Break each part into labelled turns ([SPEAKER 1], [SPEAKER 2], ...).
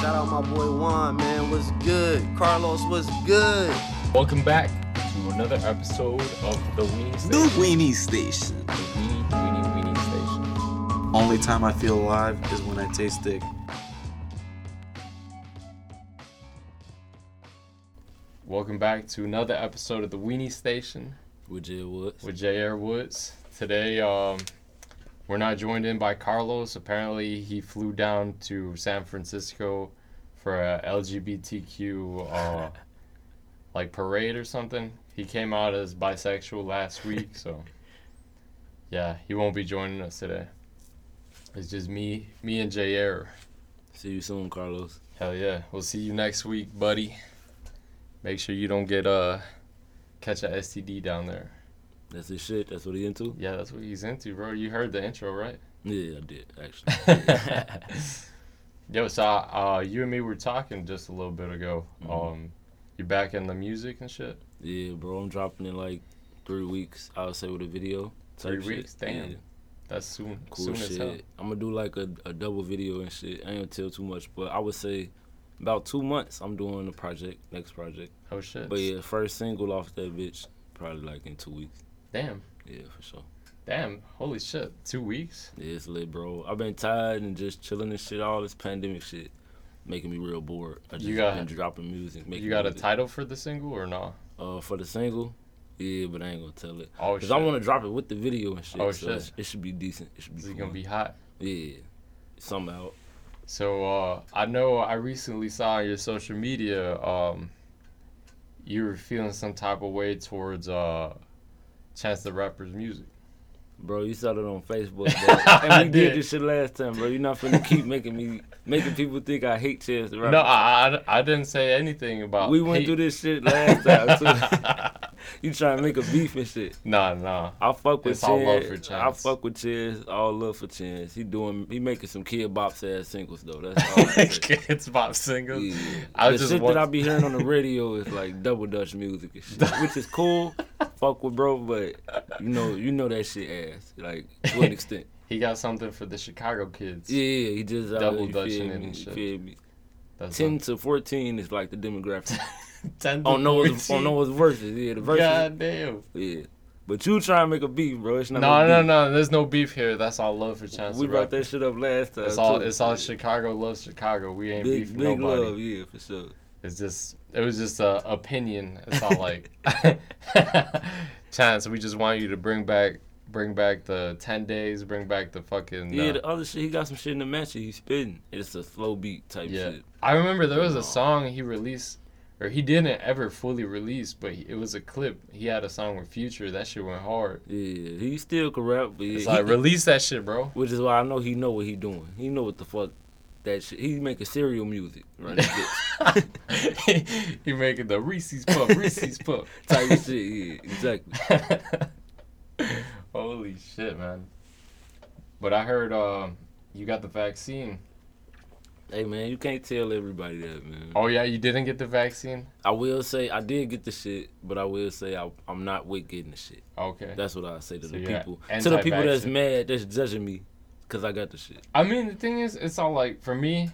[SPEAKER 1] Shout out my boy Juan, man. What's good? Carlos, what's good?
[SPEAKER 2] Welcome back to another episode of the Weenie
[SPEAKER 3] The
[SPEAKER 2] Station.
[SPEAKER 3] Weenie Station.
[SPEAKER 2] The Weenie, Weenie, Weenie Station.
[SPEAKER 3] Only time I feel alive is when I taste dick.
[SPEAKER 2] Welcome back to another episode of the Weenie Station
[SPEAKER 4] With Jay Woods.
[SPEAKER 2] with J.R. Woods. Today, um, we're not joined in by Carlos. Apparently, he flew down to San Francisco for a LGBTQ uh, like parade or something. He came out as bisexual last week, so yeah, he won't be joining us today. It's just me, me and J.R.
[SPEAKER 4] See you soon, Carlos.
[SPEAKER 2] Hell yeah. We'll see you next week, buddy. Make sure you don't get uh catch a STD down there.
[SPEAKER 4] That's his shit. That's what he into.
[SPEAKER 2] Yeah, that's what he's into, bro. You heard the intro, right?
[SPEAKER 4] Yeah, I did actually.
[SPEAKER 2] Yo, so uh, you and me were talking just a little bit ago.
[SPEAKER 4] Mm-hmm.
[SPEAKER 2] Um, you back in the music and shit?
[SPEAKER 4] yeah, bro. I'm dropping in like three weeks. I would say with a video.
[SPEAKER 2] Three
[SPEAKER 4] type shit.
[SPEAKER 2] weeks? Damn.
[SPEAKER 4] Yeah,
[SPEAKER 2] That's soon.
[SPEAKER 4] cool
[SPEAKER 2] soon as hell.
[SPEAKER 4] shit. I'm gonna do like a, a double video and shit. I ain't gonna tell too much, but I would say about two months. I'm doing a project, next project.
[SPEAKER 2] Oh shit.
[SPEAKER 4] But yeah, first single off that bitch. Probably like in two weeks.
[SPEAKER 2] Damn.
[SPEAKER 4] Yeah, for sure.
[SPEAKER 2] Damn. Holy shit. Two weeks?
[SPEAKER 4] Yeah, it's lit, bro. I've been tired and just chilling and shit. All this pandemic shit making me real bored. I just
[SPEAKER 2] You got-
[SPEAKER 4] been dropping music. Making
[SPEAKER 2] You got a
[SPEAKER 4] music.
[SPEAKER 2] title for the single or not?
[SPEAKER 4] uh, for the single. Yeah, but I ain't gonna tell it.
[SPEAKER 2] Oh
[SPEAKER 4] Cause
[SPEAKER 2] shit.
[SPEAKER 4] I want to drop it with the video and shit.
[SPEAKER 2] Oh,
[SPEAKER 4] so
[SPEAKER 2] shit.
[SPEAKER 4] it's- It should be decent. It should be.
[SPEAKER 2] Is it
[SPEAKER 4] fun.
[SPEAKER 2] gonna be hot?
[SPEAKER 4] Yeah, somehow.
[SPEAKER 2] So uh, I know I recently saw on your social media um, you were feeling some type of way towards uh, Chance the Rapper's music.
[SPEAKER 4] Bro, you saw it on Facebook, bro.
[SPEAKER 2] I
[SPEAKER 4] and we did.
[SPEAKER 2] did.
[SPEAKER 4] this shit last time, bro. You're not finna keep making me making people think I hate Chance the Rapper.
[SPEAKER 2] No, I, I, I didn't say anything about.
[SPEAKER 4] we went
[SPEAKER 2] hate.
[SPEAKER 4] through this shit last time too. you trying to make a beef and shit.
[SPEAKER 2] Nah, nah.
[SPEAKER 4] I fuck with
[SPEAKER 2] It's all love for
[SPEAKER 4] Chance. I
[SPEAKER 2] Chance.
[SPEAKER 4] fuck with Chance. All love for Chance. He doing. He making some kid bops ass singles though. That's all. I can say.
[SPEAKER 2] Kids pop singles.
[SPEAKER 4] Yeah.
[SPEAKER 2] I
[SPEAKER 4] the
[SPEAKER 2] just
[SPEAKER 4] shit
[SPEAKER 2] want-
[SPEAKER 4] that I be hearing on the radio is like double dutch music and shit, which is cool. Fuck with bro, but you know, you know that shit ass like to an extent.
[SPEAKER 2] He got something for the Chicago kids.
[SPEAKER 4] Yeah, yeah, he just out
[SPEAKER 2] Double
[SPEAKER 4] here, you
[SPEAKER 2] dutching
[SPEAKER 4] feel
[SPEAKER 2] it
[SPEAKER 4] me,
[SPEAKER 2] and
[SPEAKER 4] you
[SPEAKER 2] shit.
[SPEAKER 4] feel me?
[SPEAKER 2] That's
[SPEAKER 4] Ten Oh, to fourteen is like the demographic.
[SPEAKER 2] not- ten to
[SPEAKER 4] on Noah's
[SPEAKER 2] 14.
[SPEAKER 4] on Noah's verses, yeah, the verses,
[SPEAKER 2] God damn.
[SPEAKER 4] yeah. But you trying to make a beef, bro? It's not
[SPEAKER 2] No, no,
[SPEAKER 4] no,
[SPEAKER 2] no. There's no beef here. That's all love for Chance.
[SPEAKER 4] We
[SPEAKER 2] the
[SPEAKER 4] brought
[SPEAKER 2] Rapper.
[SPEAKER 4] that shit up last time.
[SPEAKER 2] It's all.
[SPEAKER 4] too.
[SPEAKER 2] It's all Chicago loves Chicago. We ain't
[SPEAKER 4] big,
[SPEAKER 2] beefing
[SPEAKER 4] big
[SPEAKER 2] nobody.
[SPEAKER 4] love, yeah, for sure.
[SPEAKER 2] It's just it was just a opinion. It's not like chance. We just want you to bring back bring back the ten days, bring back the fucking
[SPEAKER 4] Yeah,
[SPEAKER 2] uh,
[SPEAKER 4] the other shit, he got some shit in the match. that He spitting. It's a slow beat type
[SPEAKER 2] yeah.
[SPEAKER 4] shit.
[SPEAKER 2] I remember there was
[SPEAKER 4] No.
[SPEAKER 2] a song he released or he didn't ever fully release, but he- it was a clip. He had a song with Future. That shit went hard.
[SPEAKER 4] Yeah, he still can rap, but yeah,
[SPEAKER 2] It's
[SPEAKER 4] he-
[SPEAKER 2] like release that shit, bro.
[SPEAKER 4] which is why I know he know what he doing. He know what the fuck that shit. He making serial music, right? That bitch.
[SPEAKER 2] he making the Reese's puff, Reese's puff
[SPEAKER 4] type of shit. Yeah, exactly.
[SPEAKER 2] Holy shit, man. But I heard um, you got the vaccine.
[SPEAKER 4] Hey man, you can't tell everybody that, man.
[SPEAKER 2] Oh yeah, you didn't get the vaccine.
[SPEAKER 4] I will say I did get the shit, but I will say I, I'm not with getting the shit.
[SPEAKER 2] Okay.
[SPEAKER 4] That's what I say to
[SPEAKER 2] So
[SPEAKER 4] the
[SPEAKER 2] you're
[SPEAKER 4] people, to the people that's
[SPEAKER 2] anti-vaccine.
[SPEAKER 4] mad, that's judging me, cause I got the shit.
[SPEAKER 2] I mean, the thing is, it's all like for me,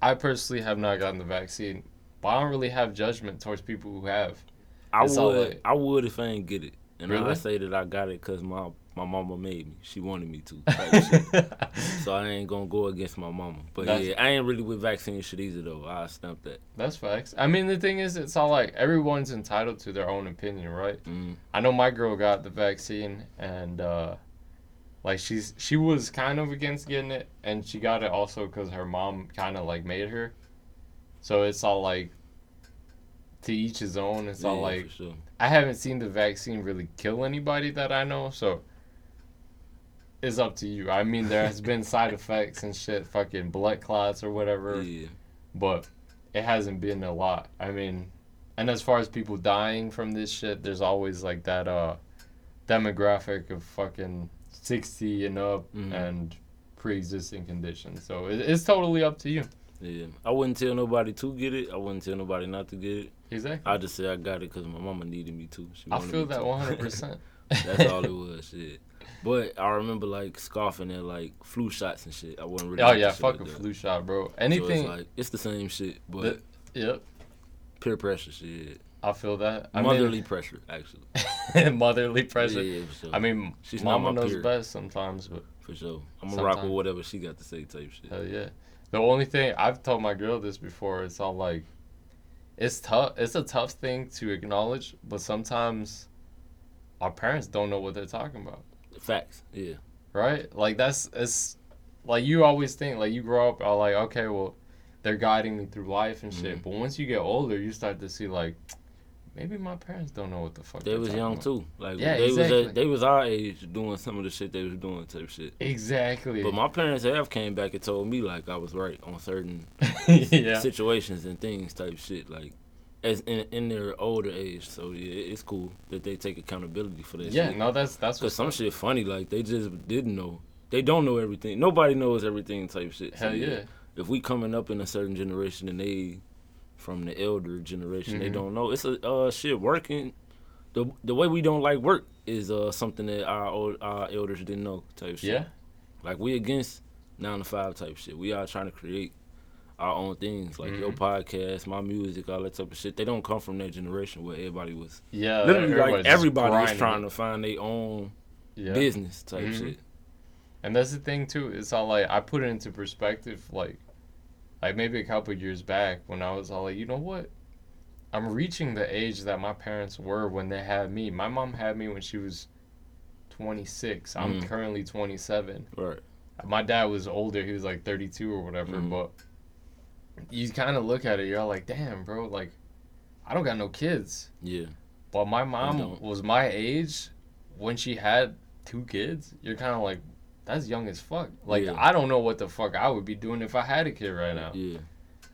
[SPEAKER 2] I personally have not gotten the vaccine, but I don't really have judgment towards people who have.
[SPEAKER 4] I
[SPEAKER 2] It's all
[SPEAKER 4] would,
[SPEAKER 2] like-
[SPEAKER 4] I would if I ain't get it, and I
[SPEAKER 2] Really?
[SPEAKER 4] say that I got it cause my my mama made me. She wanted me to. type of shit. So I ain't gonna go against my mama. But
[SPEAKER 2] That's-
[SPEAKER 4] yeah, I ain't really with vaccine shit either though. I stump that.
[SPEAKER 2] That's facts. I mean, the thing is, it's all like everyone's entitled to their own opinion, right?
[SPEAKER 4] Mm.
[SPEAKER 2] I know my girl got the vaccine, and uh, like she's she was kind of against getting it, and she got it also because her mom kind of like made her. So it's all like to each his own. It's all
[SPEAKER 4] Yeah,
[SPEAKER 2] like
[SPEAKER 4] for sure.
[SPEAKER 2] I haven't seen the vaccine really kill anybody that I know, so it's up to you. I mean, there has been side effects and shit, fucking blood clots or whatever,
[SPEAKER 4] Yeah.
[SPEAKER 2] but it hasn't been a lot. I mean, and as far as people dying from this shit, there's always like that uh demographic of fucking 60 and up
[SPEAKER 4] Mhm.
[SPEAKER 2] and pre-existing conditions. So it, it's totally up to you.
[SPEAKER 4] Yeah. I wouldn't tell nobody to get it. I wouldn't tell nobody not to get it.
[SPEAKER 2] Exactly.
[SPEAKER 4] I just say I got it because my mama needed me to. She
[SPEAKER 2] I
[SPEAKER 4] wanted
[SPEAKER 2] feel
[SPEAKER 4] me
[SPEAKER 2] that
[SPEAKER 4] to.
[SPEAKER 2] 100%.
[SPEAKER 4] That's all it was, shit. But I remember like scoffing at like flu shots and shit. I wasn't really.
[SPEAKER 2] Oh
[SPEAKER 4] into
[SPEAKER 2] yeah,
[SPEAKER 4] shit
[SPEAKER 2] fuck a
[SPEAKER 4] like that.
[SPEAKER 2] flu shot, bro.
[SPEAKER 4] So
[SPEAKER 2] Anything.
[SPEAKER 4] it's like it's the same shit, but
[SPEAKER 2] that- yep,
[SPEAKER 4] peer pressure shit,
[SPEAKER 2] I feel that. I
[SPEAKER 4] motherly pressure actually.
[SPEAKER 2] mean, motherly pressure.
[SPEAKER 4] Yeah, for sure.
[SPEAKER 2] I mean,
[SPEAKER 4] She's not
[SPEAKER 2] mama
[SPEAKER 4] my
[SPEAKER 2] knows
[SPEAKER 4] peer.
[SPEAKER 2] best sometimes, but
[SPEAKER 4] for sure. I'm gonna rock with
[SPEAKER 2] Sometime.
[SPEAKER 4] whatever she got to say, type shit.
[SPEAKER 2] hell yeah. The only thing I've told my girl this before, it's all like, it's tough. It's a tough thing to acknowledge, but sometimes our parents don't know what they're talking about,
[SPEAKER 4] Facts, yeah.
[SPEAKER 2] right? Like that's it's like you always think like you grow up, are like okay, well, they're guiding me through life and
[SPEAKER 4] Mm-hmm.
[SPEAKER 2] shit. But once you get older, you start to see like, maybe my parents don't know what the fuck
[SPEAKER 4] They
[SPEAKER 2] they're
[SPEAKER 4] was
[SPEAKER 2] talking
[SPEAKER 4] young
[SPEAKER 2] about.
[SPEAKER 4] too. Like
[SPEAKER 2] Yeah,
[SPEAKER 4] they was
[SPEAKER 2] exactly.
[SPEAKER 4] at, they was our age doing some of the shit they was doing, type shit.
[SPEAKER 2] Exactly.
[SPEAKER 4] But my parents have came back and told me like I was right on certain
[SPEAKER 2] yeah.
[SPEAKER 4] situations and things type shit like as in, in their older age so yeah it- it's cool that they take accountability for that
[SPEAKER 2] Yeah,
[SPEAKER 4] shit.
[SPEAKER 2] no, that's that's
[SPEAKER 4] because
[SPEAKER 2] what's
[SPEAKER 4] some shit funny like they just didn't know they don't know everything nobody knows everything type shit So,
[SPEAKER 2] Hell yeah.
[SPEAKER 4] if we coming up in a certain generation and they from the elder generation they
[SPEAKER 2] Mhm.
[SPEAKER 4] don't know it's a uh, shit working the the way we don't like work is uh something that our old, our elders didn't know type shit
[SPEAKER 2] Yeah.
[SPEAKER 4] like we against nine to five type shit. We are trying to create our own things, like your
[SPEAKER 2] Mm-hmm.
[SPEAKER 4] podcast, my music, all that type of shit. They don't come from that generation where everybody was
[SPEAKER 2] Yeah.
[SPEAKER 4] literally
[SPEAKER 2] everybody's
[SPEAKER 4] like
[SPEAKER 2] just
[SPEAKER 4] everybody was
[SPEAKER 2] Uh, grinding.
[SPEAKER 4] trying to find their own
[SPEAKER 2] yeah.
[SPEAKER 4] business type
[SPEAKER 2] Mhm.
[SPEAKER 4] shit.
[SPEAKER 2] And that's the thing too. It's all like I put it into perspective, like, like maybe a couple years back when I was all like, you know what? I'm reaching the age that my parents were when they had me. My mom had me when she was 26. I'm
[SPEAKER 4] Mhm.
[SPEAKER 2] currently 27.
[SPEAKER 4] Right.
[SPEAKER 2] My dad was older. He was like 32 or whatever.
[SPEAKER 4] Mhm.
[SPEAKER 2] But you kind of look at it, you're like, damn, bro. Like, I don't got no kids.
[SPEAKER 4] Yeah.
[SPEAKER 2] But my mom
[SPEAKER 4] don't.
[SPEAKER 2] was my age when she had two kids. You're kind of like, that's young as fuck. Like
[SPEAKER 4] Yeah.
[SPEAKER 2] I don't know what the fuck I would be doing if I had a kid right now.
[SPEAKER 4] Yeah.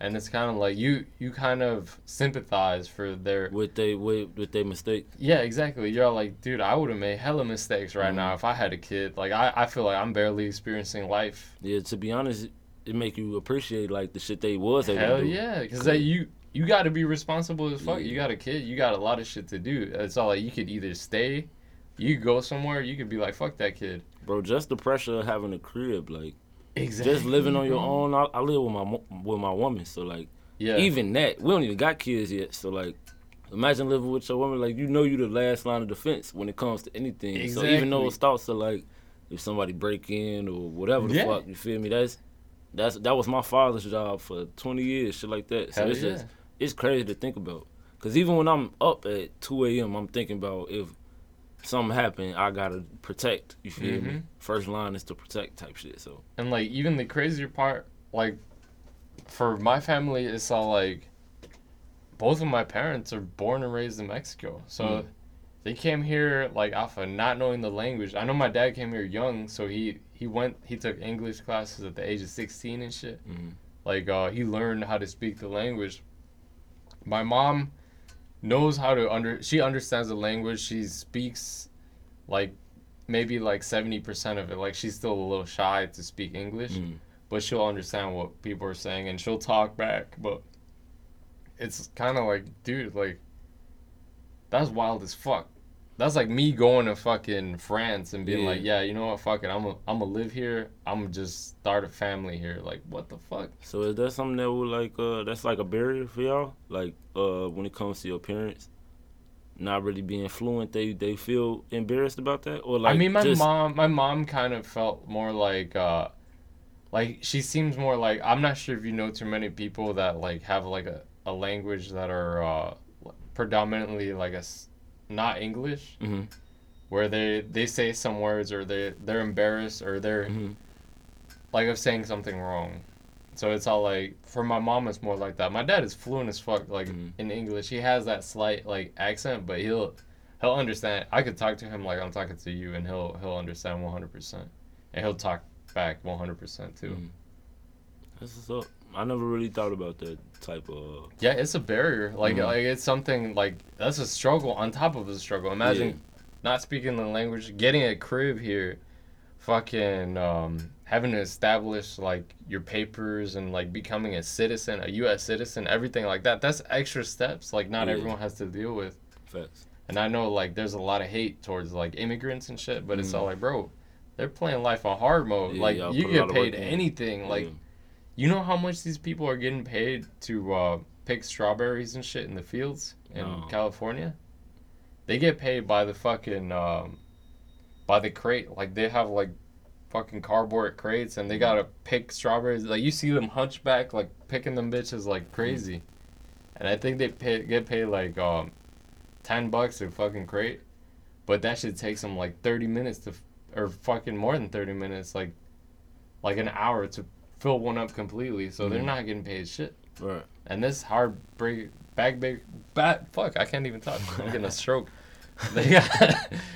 [SPEAKER 2] And it's kind of like you you kind of sympathize for their
[SPEAKER 4] With they with with their mistake.
[SPEAKER 2] yeah exactly. You're like, dude, I would have made hella mistakes right
[SPEAKER 4] Mm-hmm.
[SPEAKER 2] now if I had a kid. Like I I feel like I'm barely experiencing life.
[SPEAKER 4] Yeah, to be honest, it make you appreciate like the shit they was able
[SPEAKER 2] Hell
[SPEAKER 4] to do.
[SPEAKER 2] yeah, because
[SPEAKER 4] Cool.
[SPEAKER 2] you you got to be responsible as fuck. You
[SPEAKER 4] Yeah.
[SPEAKER 2] got a kid, you got a lot of shit to do. It's all like you could either stay, you could go somewhere, you could be like fuck that kid.
[SPEAKER 4] Bro, just the pressure of having a crib, like
[SPEAKER 2] Exactly.
[SPEAKER 4] just living on your own. I, I live with my mo- with my woman, so like
[SPEAKER 2] Yeah.
[SPEAKER 4] even that we don't even got kids yet so like imagine living with your woman like you know you the last line of defense when it comes to anything so even
[SPEAKER 2] Exactly.
[SPEAKER 4] those thoughts are like if somebody break in or whatever the
[SPEAKER 2] Yeah.
[SPEAKER 4] fuck you feel me that's that's that was my father's job for 20 years shit like that so
[SPEAKER 2] Hell
[SPEAKER 4] it's
[SPEAKER 2] yeah.
[SPEAKER 4] just it's crazy to think about because even when i'm up at 2 a.m i'm thinking about if something happened i gotta protect you feel
[SPEAKER 2] Mm-hmm.
[SPEAKER 4] me first line is to protect type shit so
[SPEAKER 2] and like even the crazier part, like for my family, it's all like both of my parents are born and raised in Mexico, so
[SPEAKER 4] Mm.
[SPEAKER 2] they came here like off of not knowing the language. I know my dad came here young, so he he went he took English classes at the age of sixteen and shit.
[SPEAKER 4] Mhm.
[SPEAKER 2] Like uh, he learned how to speak the language. My mom knows how to under she understands the language. She speaks like maybe like 70% of it. Like she's still a little shy to speak English,
[SPEAKER 4] Mm.
[SPEAKER 2] but she'll understand what people are saying and she'll talk back. But it's kind of like, dude, like that's wild as fuck. That's like me going to fucking France and being
[SPEAKER 4] Yeah.
[SPEAKER 2] like, yeah, you know what, fuck it, I'm i I'm gonna live here. I'm gonna just start a family here. Like, what the fuck?
[SPEAKER 4] So is that something that would like uh that's like a barrier for y'all? Like uh when it comes to your parents not really being fluent, they they feel embarrassed about that? Or like
[SPEAKER 2] I mean, my
[SPEAKER 4] just-
[SPEAKER 2] mom, my mom kind of felt more like, uh, like she seems more like I'm not sure if you know too many people that like have like a, a language that are uh, predominantly like a s- not English,
[SPEAKER 4] Mhm.
[SPEAKER 2] where they they say some words or they they're embarrassed or they're
[SPEAKER 4] Mhm.
[SPEAKER 2] like of saying something wrong. So it's all like for my mom, it's more like that. My dad is fluent as fuck, like
[SPEAKER 4] Mhm.
[SPEAKER 2] in English. He has that slight like accent, but he'll he'll understand. I could talk to him like I'm talking to you, and he'll he'll understand 100, percent and he'll talk back 100 percent too.
[SPEAKER 4] Mhm. That's what's up. I never really thought about that type of uh,
[SPEAKER 2] Yeah, it's a barrier. Like
[SPEAKER 4] Mhm.
[SPEAKER 2] like it's something like that's a struggle on top of a struggle. Imagine
[SPEAKER 4] Yeah.
[SPEAKER 2] not speaking the language, getting a crib here, fucking um, having to establish like your papers and like becoming a citizen, a U.S. citizen, everything like that. That's extra steps. Like not
[SPEAKER 4] Yeah.
[SPEAKER 2] everyone has to deal with.
[SPEAKER 4] facts.
[SPEAKER 2] And I know like there's a lot of hate towards like immigrants and shit, but it's all like, bro, they're playing life on hard mode.
[SPEAKER 4] Mm. Yeah,
[SPEAKER 2] like
[SPEAKER 4] y'all
[SPEAKER 2] you
[SPEAKER 4] put a lot
[SPEAKER 2] get
[SPEAKER 4] of work
[SPEAKER 2] paid
[SPEAKER 4] in.
[SPEAKER 2] anything. Like you know how much these people are getting paid to uh, pick strawberries and shit in the fields in
[SPEAKER 4] No.
[SPEAKER 2] California? They get paid by the fucking um, by the crate. Like they have like fucking cardboard crates and they gotta pick strawberries. Like you see them hunchback like picking them bitches like crazy. And I think they pay, get paid like um, ten bucks a fucking crate, but that shit takes them like thirty minutes to, f- or fucking more than thirty minutes, like, like an hour to fill one up completely. So
[SPEAKER 4] Mm-hmm.
[SPEAKER 2] they're not getting paid shit.
[SPEAKER 4] right.
[SPEAKER 2] And this hard break back break back fuck I can't even talk. I'm getting a stroke. They got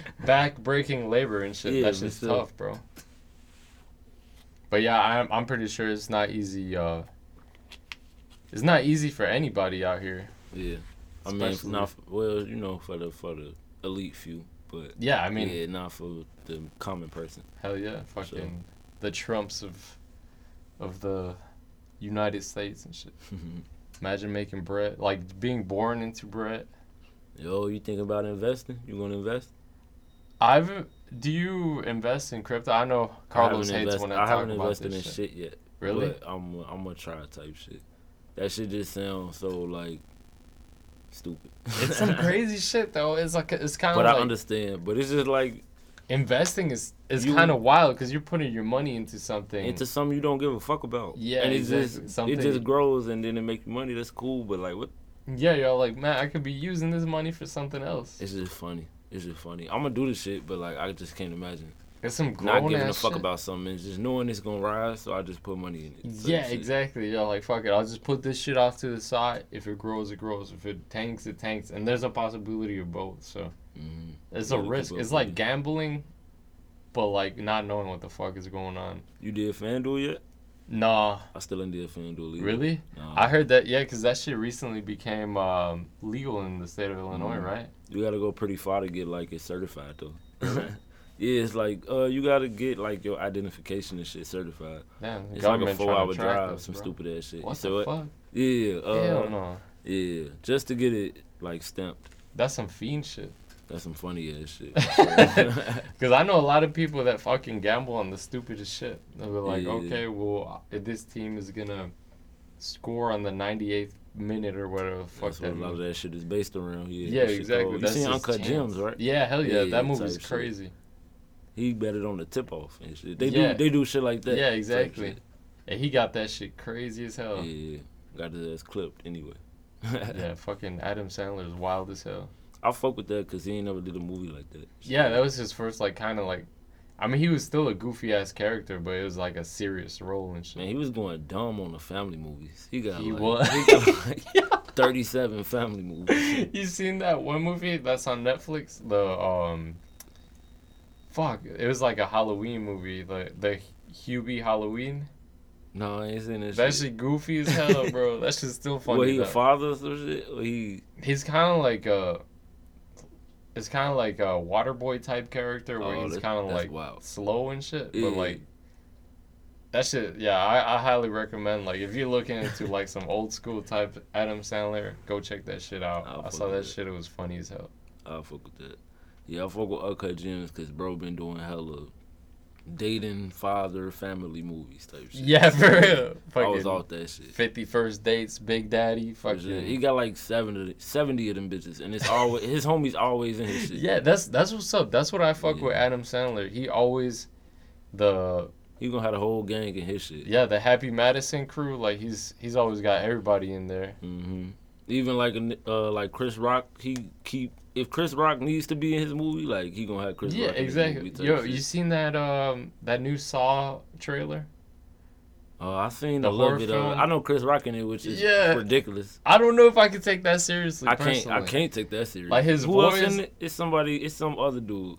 [SPEAKER 2] back breaking labor and shit.
[SPEAKER 4] Yeah,
[SPEAKER 2] that
[SPEAKER 4] but
[SPEAKER 2] shit's
[SPEAKER 4] still.
[SPEAKER 2] tough, bro. But yeah, I'm I'm pretty sure it's not easy. Uh, it's not easy for anybody out here.
[SPEAKER 4] Yeah. I mean,
[SPEAKER 2] Especially-
[SPEAKER 4] not well, you know, for the for the elite few, but
[SPEAKER 2] Yeah, I mean,
[SPEAKER 4] yeah, not for the common person.
[SPEAKER 2] Hell yeah, fucking the Trumps of of the United States and shit. Imagine making bread, like being born into bread.
[SPEAKER 4] Yo, you think about investing? You gonna invest?
[SPEAKER 2] I've do you invest in crypto? I know Carlos
[SPEAKER 4] I haven't,
[SPEAKER 2] hates
[SPEAKER 4] invest-
[SPEAKER 2] when I,
[SPEAKER 4] I
[SPEAKER 2] talk
[SPEAKER 4] haven't
[SPEAKER 2] about
[SPEAKER 4] invested
[SPEAKER 2] this
[SPEAKER 4] in
[SPEAKER 2] shit.
[SPEAKER 4] shit yet.
[SPEAKER 2] Really?
[SPEAKER 4] But I'm I'm gonna try type shit. That shit just sounds so like stupid.
[SPEAKER 2] it's some crazy shit though. It's like it's kind of
[SPEAKER 4] but I
[SPEAKER 2] like
[SPEAKER 4] understand. But it's just like
[SPEAKER 2] investing is is
[SPEAKER 4] You-
[SPEAKER 2] kind of wild because you're putting your money into something.
[SPEAKER 4] into something you don't give a fuck about.
[SPEAKER 2] Yeah,
[SPEAKER 4] and it
[SPEAKER 2] exactly.
[SPEAKER 4] just
[SPEAKER 2] Something-
[SPEAKER 4] it just grows and then it makes you money. That's cool. But like, what?
[SPEAKER 2] yeah, you're like man, I could be using this money for something else.
[SPEAKER 4] It's just funny. It's just funny. I'm gonna do this shit, but like, I just can't imagine
[SPEAKER 2] It's some
[SPEAKER 4] not
[SPEAKER 2] grown
[SPEAKER 4] giving a
[SPEAKER 2] ass
[SPEAKER 4] fuck
[SPEAKER 2] shit.
[SPEAKER 4] about something. It's just knowing it's gonna rise, so I just put money in it. So
[SPEAKER 2] Yeah,
[SPEAKER 4] shit.
[SPEAKER 2] exactly. Yo, like fuck it. I'll just put this shit off to the side. If it grows, it grows. If it tanks, it tanks. And there's a possibility of both. So
[SPEAKER 4] Mhm.
[SPEAKER 2] it's
[SPEAKER 4] Yeah,
[SPEAKER 2] a
[SPEAKER 4] we can
[SPEAKER 2] risk.
[SPEAKER 4] both
[SPEAKER 2] It's like
[SPEAKER 4] win.
[SPEAKER 2] gambling, but like not knowing what the fuck is going on.
[SPEAKER 4] You did FanDuel yet?
[SPEAKER 2] Nah,
[SPEAKER 4] I still ain't did FanDuel. Either.
[SPEAKER 2] really?
[SPEAKER 4] Nah.
[SPEAKER 2] I heard that. Yeah, because that shit recently became um, legal in the state of Illinois,
[SPEAKER 4] Mhm.
[SPEAKER 2] right?
[SPEAKER 4] You gotta go pretty far to get like it certified though. yeah, it's like uh, you gotta get like your identification and shit certified.
[SPEAKER 2] Damn, the
[SPEAKER 4] It's like a
[SPEAKER 2] government
[SPEAKER 4] four
[SPEAKER 2] tryna
[SPEAKER 4] hour
[SPEAKER 2] track
[SPEAKER 4] drive,
[SPEAKER 2] us,
[SPEAKER 4] some
[SPEAKER 2] bro.
[SPEAKER 4] stupid ass shit.
[SPEAKER 2] What
[SPEAKER 4] So
[SPEAKER 2] the
[SPEAKER 4] it-
[SPEAKER 2] fuck?
[SPEAKER 4] Yeah, uh,
[SPEAKER 2] Hell no.
[SPEAKER 4] yeah, just to get it like stamped.
[SPEAKER 2] That's some fiend shit.
[SPEAKER 4] That's some funny ass shit.
[SPEAKER 2] Because I know a lot of people that fucking gamble on the stupidest shit. They'll be like,
[SPEAKER 4] Yeah.
[SPEAKER 2] okay, well, if this team is going to score on the 98th minute or whatever the fuck
[SPEAKER 4] That's what a
[SPEAKER 2] that
[SPEAKER 4] lot of
[SPEAKER 2] mean.
[SPEAKER 4] that shit is based around. Yeah,
[SPEAKER 2] Yeah,
[SPEAKER 4] that shit
[SPEAKER 2] exactly.
[SPEAKER 4] cold. You
[SPEAKER 2] That's
[SPEAKER 4] seen
[SPEAKER 2] his
[SPEAKER 4] Uncut
[SPEAKER 2] chance.
[SPEAKER 4] Gems, right?
[SPEAKER 2] Yeah, hell yeah.
[SPEAKER 4] Yeah,
[SPEAKER 2] that
[SPEAKER 4] type
[SPEAKER 2] movie's
[SPEAKER 4] shit.
[SPEAKER 2] crazy.
[SPEAKER 4] He betted on the tip off and shit. They
[SPEAKER 2] Yeah.
[SPEAKER 4] do they do shit like that.
[SPEAKER 2] Yeah,
[SPEAKER 4] type
[SPEAKER 2] exactly. Oh.
[SPEAKER 4] shit.
[SPEAKER 2] And he got that shit crazy as hell. Yeah,
[SPEAKER 4] Yeah, got his ass clipped anyway.
[SPEAKER 2] fucking Adam Sandler is wild as hell.
[SPEAKER 4] I fuck with that because he ain't never did a movie like that.
[SPEAKER 2] Yeah, that was his first, like, kind of like. I mean, he was still a goofy ass character, but it was like a serious role and
[SPEAKER 4] Man,
[SPEAKER 2] shit.
[SPEAKER 4] he was going dumb on the family movies. He got
[SPEAKER 2] He
[SPEAKER 4] like,
[SPEAKER 2] was.
[SPEAKER 4] he got like 37 family movies.
[SPEAKER 2] you seen that one movie that's on Netflix? The um, fuck, it was like a Halloween movie, the the Hubie Halloween.
[SPEAKER 4] No, I ain't seen this
[SPEAKER 2] That
[SPEAKER 4] shit.
[SPEAKER 2] shit goofy as hell, bro. That shit's still funny.
[SPEAKER 4] What, he a
[SPEAKER 2] though.
[SPEAKER 4] father or some shit? Or he,
[SPEAKER 2] he's kind of like a, it's kind of like a Waterboy type character where
[SPEAKER 4] Oh,
[SPEAKER 2] he's
[SPEAKER 4] that-
[SPEAKER 2] kind of
[SPEAKER 4] that's
[SPEAKER 2] like
[SPEAKER 4] wild.
[SPEAKER 2] slow and shit,
[SPEAKER 4] Yeah.
[SPEAKER 2] but like. That shit, yeah, I, I highly recommend. Like, if you're looking into like some old school type Adam Sandler, go check that shit out.
[SPEAKER 4] I'll
[SPEAKER 2] I
[SPEAKER 4] fuck
[SPEAKER 2] saw that
[SPEAKER 4] with it.
[SPEAKER 2] shit; it was funny as hell.
[SPEAKER 4] I fuck with that. Yeah, I fuck with Uncut Gems because bro been doing hella dating, father, family movies type shit.
[SPEAKER 2] Yeah, for real.
[SPEAKER 4] I was
[SPEAKER 2] Fucking
[SPEAKER 4] off that shit.
[SPEAKER 2] fifty first dates, Big Daddy,
[SPEAKER 4] Yeah,
[SPEAKER 2] fucking.
[SPEAKER 4] He got like 70, 70 of them bitches, and it's always his homies always in his shit.
[SPEAKER 2] Yeah, that's that's what's up. That's what I fuck with
[SPEAKER 4] Yeah.
[SPEAKER 2] Adam Sandler. He always the
[SPEAKER 4] He gonna have the whole gang in his shit.
[SPEAKER 2] yeah the Happy Madison crew. Like he's he's always got everybody in there.
[SPEAKER 4] hmm Even like a n- uh, like Chris Rock, he keep if Chris Rock needs to be in his movie, like he gonna have Chris
[SPEAKER 2] yeah,
[SPEAKER 4] Rock. in his
[SPEAKER 2] exactly.
[SPEAKER 4] movie type
[SPEAKER 2] Yo,
[SPEAKER 4] shit.
[SPEAKER 2] you seen that um that new Saw trailer?
[SPEAKER 4] Uh, I seen
[SPEAKER 2] The
[SPEAKER 4] a little
[SPEAKER 2] horror
[SPEAKER 4] bit of.
[SPEAKER 2] film?
[SPEAKER 4] it. I know Chris Rock in it, which is
[SPEAKER 2] Yeah.
[SPEAKER 4] ridiculous.
[SPEAKER 2] I don't know if I could take that seriously.
[SPEAKER 4] I can't. I
[SPEAKER 2] personally.
[SPEAKER 4] can't take that serious.
[SPEAKER 2] Like, his
[SPEAKER 4] Who else
[SPEAKER 2] voice-
[SPEAKER 4] in it? It's somebody. It's some other dude.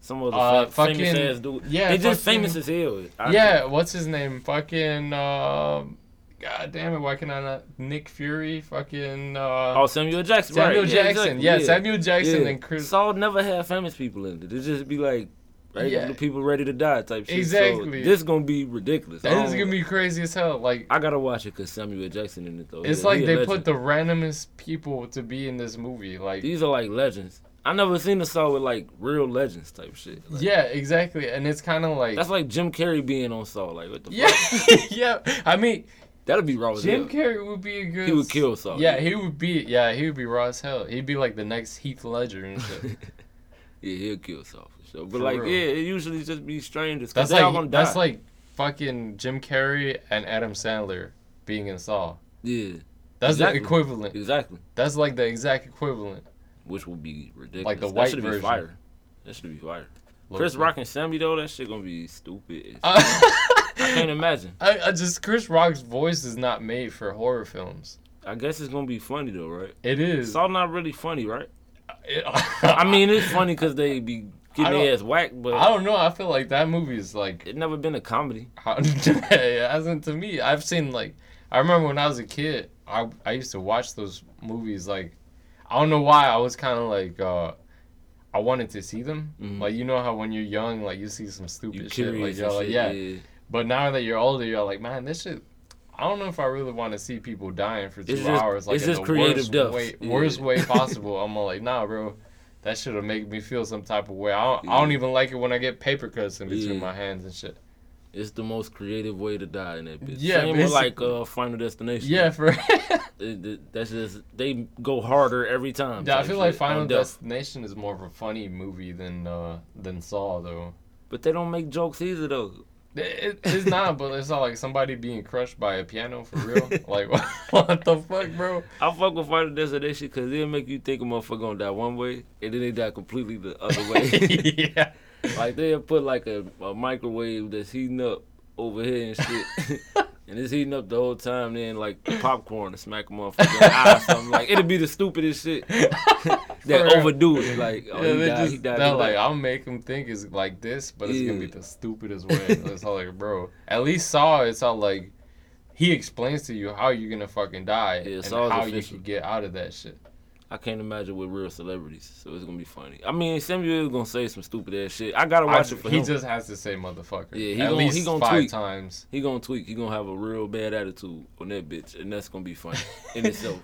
[SPEAKER 4] Some other
[SPEAKER 2] Uh,
[SPEAKER 4] fa- famous
[SPEAKER 2] fucking-
[SPEAKER 4] ass dude.
[SPEAKER 2] yeah,
[SPEAKER 4] they just
[SPEAKER 2] fucking-
[SPEAKER 4] famous as hell. I-
[SPEAKER 2] Yeah, what's his name? Fucking um, god damn it! Why can I not? Nick Fury, fucking. Uh,
[SPEAKER 4] Oh, Samuel Jackson. right,
[SPEAKER 2] Samuel
[SPEAKER 4] yeah,
[SPEAKER 2] Jackson,
[SPEAKER 4] exactly,
[SPEAKER 2] yeah, Samuel Jackson
[SPEAKER 4] Yeah.
[SPEAKER 2] and Chris.
[SPEAKER 4] Saul never had famous people in it. It just be like regular
[SPEAKER 2] Yeah.
[SPEAKER 4] people ready to die type shit. So
[SPEAKER 2] Exactly.
[SPEAKER 4] this gonna be ridiculous. I
[SPEAKER 2] That is
[SPEAKER 4] don't-
[SPEAKER 2] gonna be crazy as hell. Like
[SPEAKER 4] I gotta watch it because Samuel Jackson in it though.
[SPEAKER 2] it's
[SPEAKER 4] Yeah,
[SPEAKER 2] like
[SPEAKER 4] he a
[SPEAKER 2] they
[SPEAKER 4] legend.
[SPEAKER 2] put the randomest people to be in this movie. Like
[SPEAKER 4] These are like legends. I never seen a song with like real legends type shit. Like,
[SPEAKER 2] yeah, exactly. And it's kind of like
[SPEAKER 4] That's like Jim Carrey being on Saw. Like, what the
[SPEAKER 2] yeah,
[SPEAKER 4] fuck?
[SPEAKER 2] yeah. I mean,
[SPEAKER 4] That'd be raw as
[SPEAKER 2] Jim
[SPEAKER 4] hell.
[SPEAKER 2] Carrey would be a good.
[SPEAKER 4] Oh, He would kill Saw.
[SPEAKER 2] Yeah, he would be. Yeah, he would be raw as hell. He'd be like the next Heath Ledger and shit.
[SPEAKER 4] Yeah, he'll kill Saw for sure. But
[SPEAKER 2] For
[SPEAKER 4] like,
[SPEAKER 2] real.
[SPEAKER 4] yeah, it usually just be strangers. Cause
[SPEAKER 2] That's
[SPEAKER 4] they're all gonna
[SPEAKER 2] like that's
[SPEAKER 4] die.
[SPEAKER 2] like fucking Jim Carrey and Adam Sandler being in Saw.
[SPEAKER 4] yeah,
[SPEAKER 2] That's
[SPEAKER 4] Exactly.
[SPEAKER 2] the equivalent.
[SPEAKER 4] exactly.
[SPEAKER 2] That's like the exact equivalent.
[SPEAKER 4] Which would be ridiculous.
[SPEAKER 2] Like the
[SPEAKER 4] That
[SPEAKER 2] white
[SPEAKER 4] should Be
[SPEAKER 2] version.
[SPEAKER 4] fire. That should be fire. Chris Rock and Sammy though, that shit gonna be stupid. as-
[SPEAKER 2] Uh,
[SPEAKER 4] I can't imagine.
[SPEAKER 2] I, I just Chris Rock's voice is not made for horror films.
[SPEAKER 4] I guess it's gonna be funny though, right?
[SPEAKER 2] It is.
[SPEAKER 4] Saw not really funny, right?
[SPEAKER 2] It-
[SPEAKER 4] I mean, it's funny because they be
[SPEAKER 2] I
[SPEAKER 4] getting
[SPEAKER 2] don't-
[SPEAKER 4] their ass whacked,
[SPEAKER 2] I
[SPEAKER 4] but
[SPEAKER 2] don't know. I feel like that movie is like
[SPEAKER 4] it never been a comedy.
[SPEAKER 2] How, it hasn't to me. I've seen like I remember when I was a kid, I I used to watch those movies. Like I don't know why I was kind of like uh, I wanted to see them.
[SPEAKER 4] Mhm.
[SPEAKER 2] Like you know how when you're young, like you see some
[SPEAKER 4] You
[SPEAKER 2] stupid shit. Like
[SPEAKER 4] curious?
[SPEAKER 2] you're
[SPEAKER 4] and
[SPEAKER 2] like
[SPEAKER 4] shit,
[SPEAKER 2] yeah.
[SPEAKER 4] yeah.
[SPEAKER 2] But now that you're older, you're like man, this shit. I don't know if I really want to see people dying for two
[SPEAKER 4] It's just-
[SPEAKER 2] hours. Like
[SPEAKER 4] it's
[SPEAKER 2] in
[SPEAKER 4] just
[SPEAKER 2] the
[SPEAKER 4] creative
[SPEAKER 2] worst
[SPEAKER 4] death.
[SPEAKER 2] way,
[SPEAKER 4] Yeah.
[SPEAKER 2] worst way possible. I'm like nah, bro. That shit'll make me feel some type of way. I don't, I
[SPEAKER 4] Yeah.
[SPEAKER 2] don't even like it when I get paper cuts in between
[SPEAKER 4] Yeah.
[SPEAKER 2] my hands and shit.
[SPEAKER 4] It's the most creative way to die in that bitch.
[SPEAKER 2] Yeah,
[SPEAKER 4] Same with like
[SPEAKER 2] basically.
[SPEAKER 4] uh, Final Destination.
[SPEAKER 2] Yeah, for
[SPEAKER 4] It- it- that's just they go harder every time.
[SPEAKER 2] Yeah, I
[SPEAKER 4] type
[SPEAKER 2] feel like
[SPEAKER 4] shit.
[SPEAKER 2] Final
[SPEAKER 4] On death.
[SPEAKER 2] Destination is more of a funny movie than uh, than Saw though.
[SPEAKER 4] But they don't make jokes either though.
[SPEAKER 2] It, it- it's not, but it's not like somebody being crushed by a piano for real. like what the fuck, bro?
[SPEAKER 4] I fuck with Final Destination because they'll make you think a motherfucker gonna die one way and then they die completely the other way.
[SPEAKER 2] yeah,
[SPEAKER 4] like they'll put like a, a microwave that's heating up over here and shit. And it's heating up the whole time, then like popcorn to smack a motherfucker in the eye or something. Like it'll be the stupidest shit.
[SPEAKER 2] real.
[SPEAKER 4] that overdo it. Like, oh,
[SPEAKER 2] yeah.
[SPEAKER 4] he
[SPEAKER 2] They
[SPEAKER 4] died, he
[SPEAKER 2] just
[SPEAKER 4] died,
[SPEAKER 2] they're
[SPEAKER 4] he died.
[SPEAKER 2] like, I'll make them think it's like this, but it's gonna be
[SPEAKER 4] Yeah.
[SPEAKER 2] the stupidest way. it's all like, bro. At least Saw, it's all like he explains to you how you're gonna fucking die
[SPEAKER 4] Yeah,
[SPEAKER 2] and
[SPEAKER 4] Saw's
[SPEAKER 2] how you
[SPEAKER 4] official.
[SPEAKER 2] should get out of that shit.
[SPEAKER 4] I can't imagine with real celebrities, so it's gonna be funny. I mean, Samuel is gonna say some stupid ass shit. I gotta watch
[SPEAKER 2] I-
[SPEAKER 4] it for
[SPEAKER 2] he
[SPEAKER 4] him.
[SPEAKER 2] just has to say motherfucker.
[SPEAKER 4] Yeah, he
[SPEAKER 2] at
[SPEAKER 4] gon- he
[SPEAKER 2] least
[SPEAKER 4] gon'
[SPEAKER 2] five
[SPEAKER 4] tweak.
[SPEAKER 2] times.
[SPEAKER 4] He gonna tweak. He gonna have a real bad attitude on that bitch, and that's gonna be funny in itself.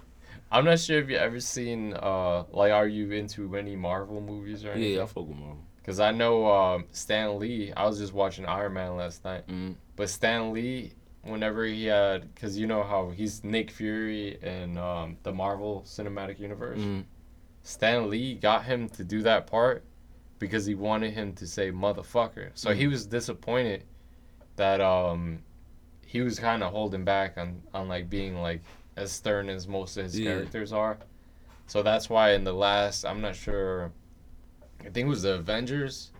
[SPEAKER 2] I'm not sure if you ever seen uh like are you into any Marvel movies or anything?
[SPEAKER 4] Yeah, I fuck with Marvel.
[SPEAKER 2] Cuz I know um Stan Lee, I was just watching Iron Man last night.
[SPEAKER 4] Mhm.
[SPEAKER 2] But Stan Lee whenever he had cuz you know how he's Nick Fury in um the Marvel Cinematic Universe.
[SPEAKER 4] Mhm.
[SPEAKER 2] Stan Lee got him to do that part because he wanted him to say motherfucker. So
[SPEAKER 4] Mm.
[SPEAKER 2] he was disappointed that um he was kind of holding back on on like being like as stern as most of his
[SPEAKER 4] Yeah.
[SPEAKER 2] characters are. So that's why in the last I'm not sure I think it was the Avengers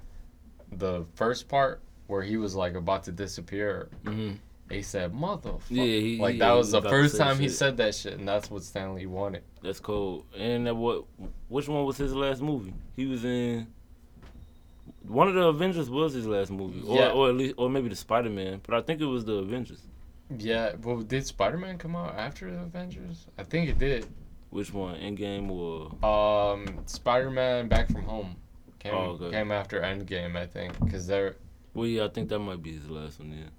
[SPEAKER 2] the first part where he was like about to disappear.
[SPEAKER 4] Mhm.
[SPEAKER 2] They said motherfucker.
[SPEAKER 4] Yeah, he-
[SPEAKER 2] like
[SPEAKER 4] he-
[SPEAKER 2] that
[SPEAKER 4] he
[SPEAKER 2] was
[SPEAKER 4] was
[SPEAKER 2] the
[SPEAKER 4] about to
[SPEAKER 2] first
[SPEAKER 4] say
[SPEAKER 2] time he
[SPEAKER 4] shit.
[SPEAKER 2] said that shit and that's what Stan Lee wanted.
[SPEAKER 4] That's cool. And that what? Which one was his last movie? He was in. One of the Avengers was his last movie, or
[SPEAKER 2] Yeah.
[SPEAKER 4] or at least, or maybe the Spider Man, but I think it was the Avengers.
[SPEAKER 2] Yeah, well, did Spider Man come out after the Avengers? I think it did.
[SPEAKER 4] Which one? Endgame or
[SPEAKER 2] Um, Spider Man Back from Home came
[SPEAKER 4] Oh, okay.
[SPEAKER 2] came after Endgame, I think, because they're
[SPEAKER 4] Well, yeah, I think that might be his last one. Yeah,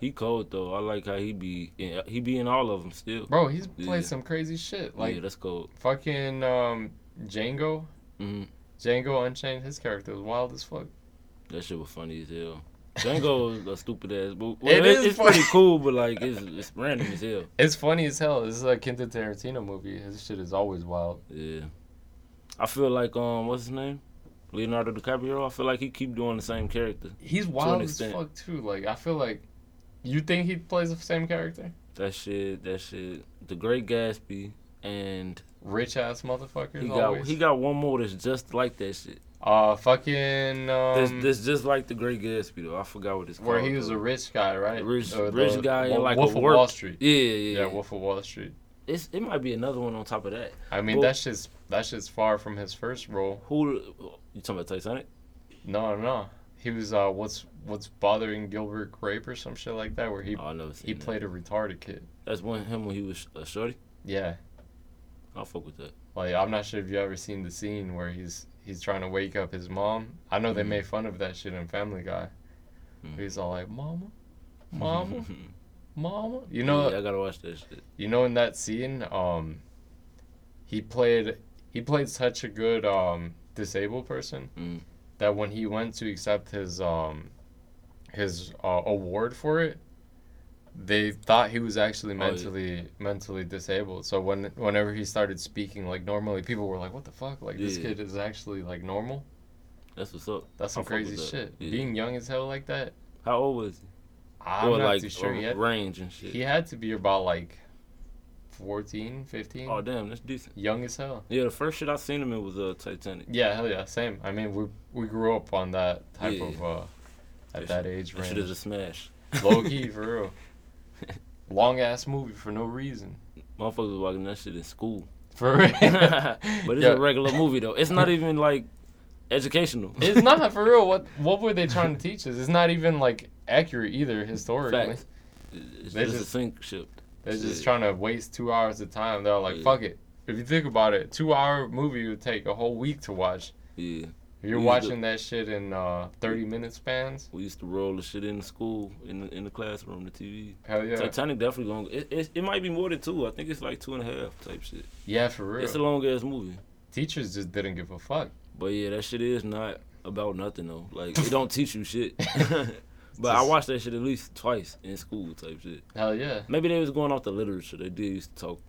[SPEAKER 4] he cold though. I like how he be. In, he be in all of them still.
[SPEAKER 2] bro, he's played
[SPEAKER 4] Yeah.
[SPEAKER 2] some crazy shit, like
[SPEAKER 4] yeah, that's cold.
[SPEAKER 2] fucking um Django,
[SPEAKER 4] hmm
[SPEAKER 2] Django Unchained. His character was wild as fuck.
[SPEAKER 4] That shit was funny as hell. Django is a stupid ass. But,
[SPEAKER 2] It
[SPEAKER 4] well, it
[SPEAKER 2] is
[SPEAKER 4] it's
[SPEAKER 2] funny.
[SPEAKER 4] pretty cool, but like it's it's random as hell.
[SPEAKER 2] It's funny as hell. This is a Quentin Tarantino movie. His shit is always wild.
[SPEAKER 4] Yeah, I feel like um, what's his name? Leonardo DiCaprio. I feel like he keep doing the same character.
[SPEAKER 2] He's wild as
[SPEAKER 4] extent.
[SPEAKER 2] fuck too. Like I feel like, you think he plays the same character?
[SPEAKER 4] That shit. That shit. The Great Gatsby. And
[SPEAKER 2] Rich ass motherfuckers
[SPEAKER 4] he got
[SPEAKER 2] always.
[SPEAKER 4] he got one more that's just like that shit.
[SPEAKER 2] uh, fucking um.
[SPEAKER 4] That's, that's just like the Great Gatsby though. I forgot what it's called.
[SPEAKER 2] Where he was
[SPEAKER 4] though.
[SPEAKER 2] a rich guy, right?
[SPEAKER 4] Oh, Rich-
[SPEAKER 2] Or
[SPEAKER 4] rich guy in,
[SPEAKER 2] Wo-
[SPEAKER 4] like, a
[SPEAKER 2] Wolf of
[SPEAKER 4] work-
[SPEAKER 2] Wall Street.
[SPEAKER 4] Yeah, yeah,
[SPEAKER 2] Yeah.
[SPEAKER 4] yeah.
[SPEAKER 2] Wolf of Wall Street.
[SPEAKER 4] It's, it might be another one on top of that.
[SPEAKER 2] I mean,
[SPEAKER 4] Well-
[SPEAKER 2] that's just that's just far from his first role.
[SPEAKER 4] Who you talking about Titanic?
[SPEAKER 2] No, no, no. He was uh, what's what's bothering Gilbert Grape or some shit like that, where he
[SPEAKER 4] Oh, I never seen
[SPEAKER 2] he
[SPEAKER 4] that.
[SPEAKER 2] played a retarded kid.
[SPEAKER 4] That's when him when he was a shorty.
[SPEAKER 2] Yeah,
[SPEAKER 4] I'll fuck with that.
[SPEAKER 2] like I'm not sure if you ever seen the scene where he's he's trying to wake up his mom. I know they
[SPEAKER 4] Mhm.
[SPEAKER 2] made fun of that shit in Family Guy.
[SPEAKER 4] Mhm.
[SPEAKER 2] He's all like, "Mama, mama, mama," Um, you know.
[SPEAKER 4] yeah, I gotta watch that shit.
[SPEAKER 2] You know, in that scene, um, he played he played such a good um disabled person
[SPEAKER 4] Mm.
[SPEAKER 2] that when he went to accept his um his uh, award for it they thought he was actually
[SPEAKER 4] Oh, yeah.
[SPEAKER 2] mentally mentally disabled so when whenever he started speaking like normally people were like what the fuck like this
[SPEAKER 4] Yeah.
[SPEAKER 2] kid is actually like normal
[SPEAKER 4] That's what's up.
[SPEAKER 2] that's some
[SPEAKER 4] I fuck with
[SPEAKER 2] crazy
[SPEAKER 4] that.
[SPEAKER 2] shit
[SPEAKER 4] Yeah.
[SPEAKER 2] being young as hell like that
[SPEAKER 4] How old was he?
[SPEAKER 2] i'm
[SPEAKER 4] or
[SPEAKER 2] not
[SPEAKER 4] like
[SPEAKER 2] too sure
[SPEAKER 4] or
[SPEAKER 2] yet
[SPEAKER 4] range and shit.
[SPEAKER 2] he had to be about like 14 15
[SPEAKER 4] Oh damn, that's decent.
[SPEAKER 2] young as hell
[SPEAKER 4] Yeah, the first shit I seen him in was uh, Titanic.
[SPEAKER 2] yeah hell yeah same i mean we we grew up on that type
[SPEAKER 4] Yeah.
[SPEAKER 2] of uh at
[SPEAKER 4] That
[SPEAKER 2] that age
[SPEAKER 4] That
[SPEAKER 2] range
[SPEAKER 4] shit is a smash.
[SPEAKER 2] Low key, for real. Long ass movie for no reason.
[SPEAKER 4] Motherfuckers was watching that shit in school.
[SPEAKER 2] For real.
[SPEAKER 4] but it's
[SPEAKER 2] Yeah.
[SPEAKER 4] a regular movie though. It's not even like educational.
[SPEAKER 2] It's not for real. What what were they trying to teach us? It's not even like accurate either historically.
[SPEAKER 4] Facts. It's
[SPEAKER 2] They
[SPEAKER 4] just, a
[SPEAKER 2] just-
[SPEAKER 4] sink ship.
[SPEAKER 2] They're just
[SPEAKER 4] Yeah.
[SPEAKER 2] trying to waste two hours of time. They're like,
[SPEAKER 4] Yeah.
[SPEAKER 2] fuck it. If you think about it, two hour movie would take a whole week to watch.
[SPEAKER 4] Yeah.
[SPEAKER 2] If you're
[SPEAKER 4] Yeah,
[SPEAKER 2] watching that shit in uh, thirty minute spans,
[SPEAKER 4] We used to roll the shit in the school, in the, in the classroom, the TV.
[SPEAKER 2] hell yeah.
[SPEAKER 4] Titanic definitely long. It, it, it might be more than two. I think it's like two and a half type shit.
[SPEAKER 2] Yeah, for real.
[SPEAKER 4] It's a long ass movie.
[SPEAKER 2] Teachers just didn't give a fuck.
[SPEAKER 4] But yeah, that shit is not about nothing though. Like it don't teach you shit. but I watched that shit at least twice in school type shit.
[SPEAKER 2] Hell yeah.
[SPEAKER 4] Maybe they was going off the literature. They did used to talk.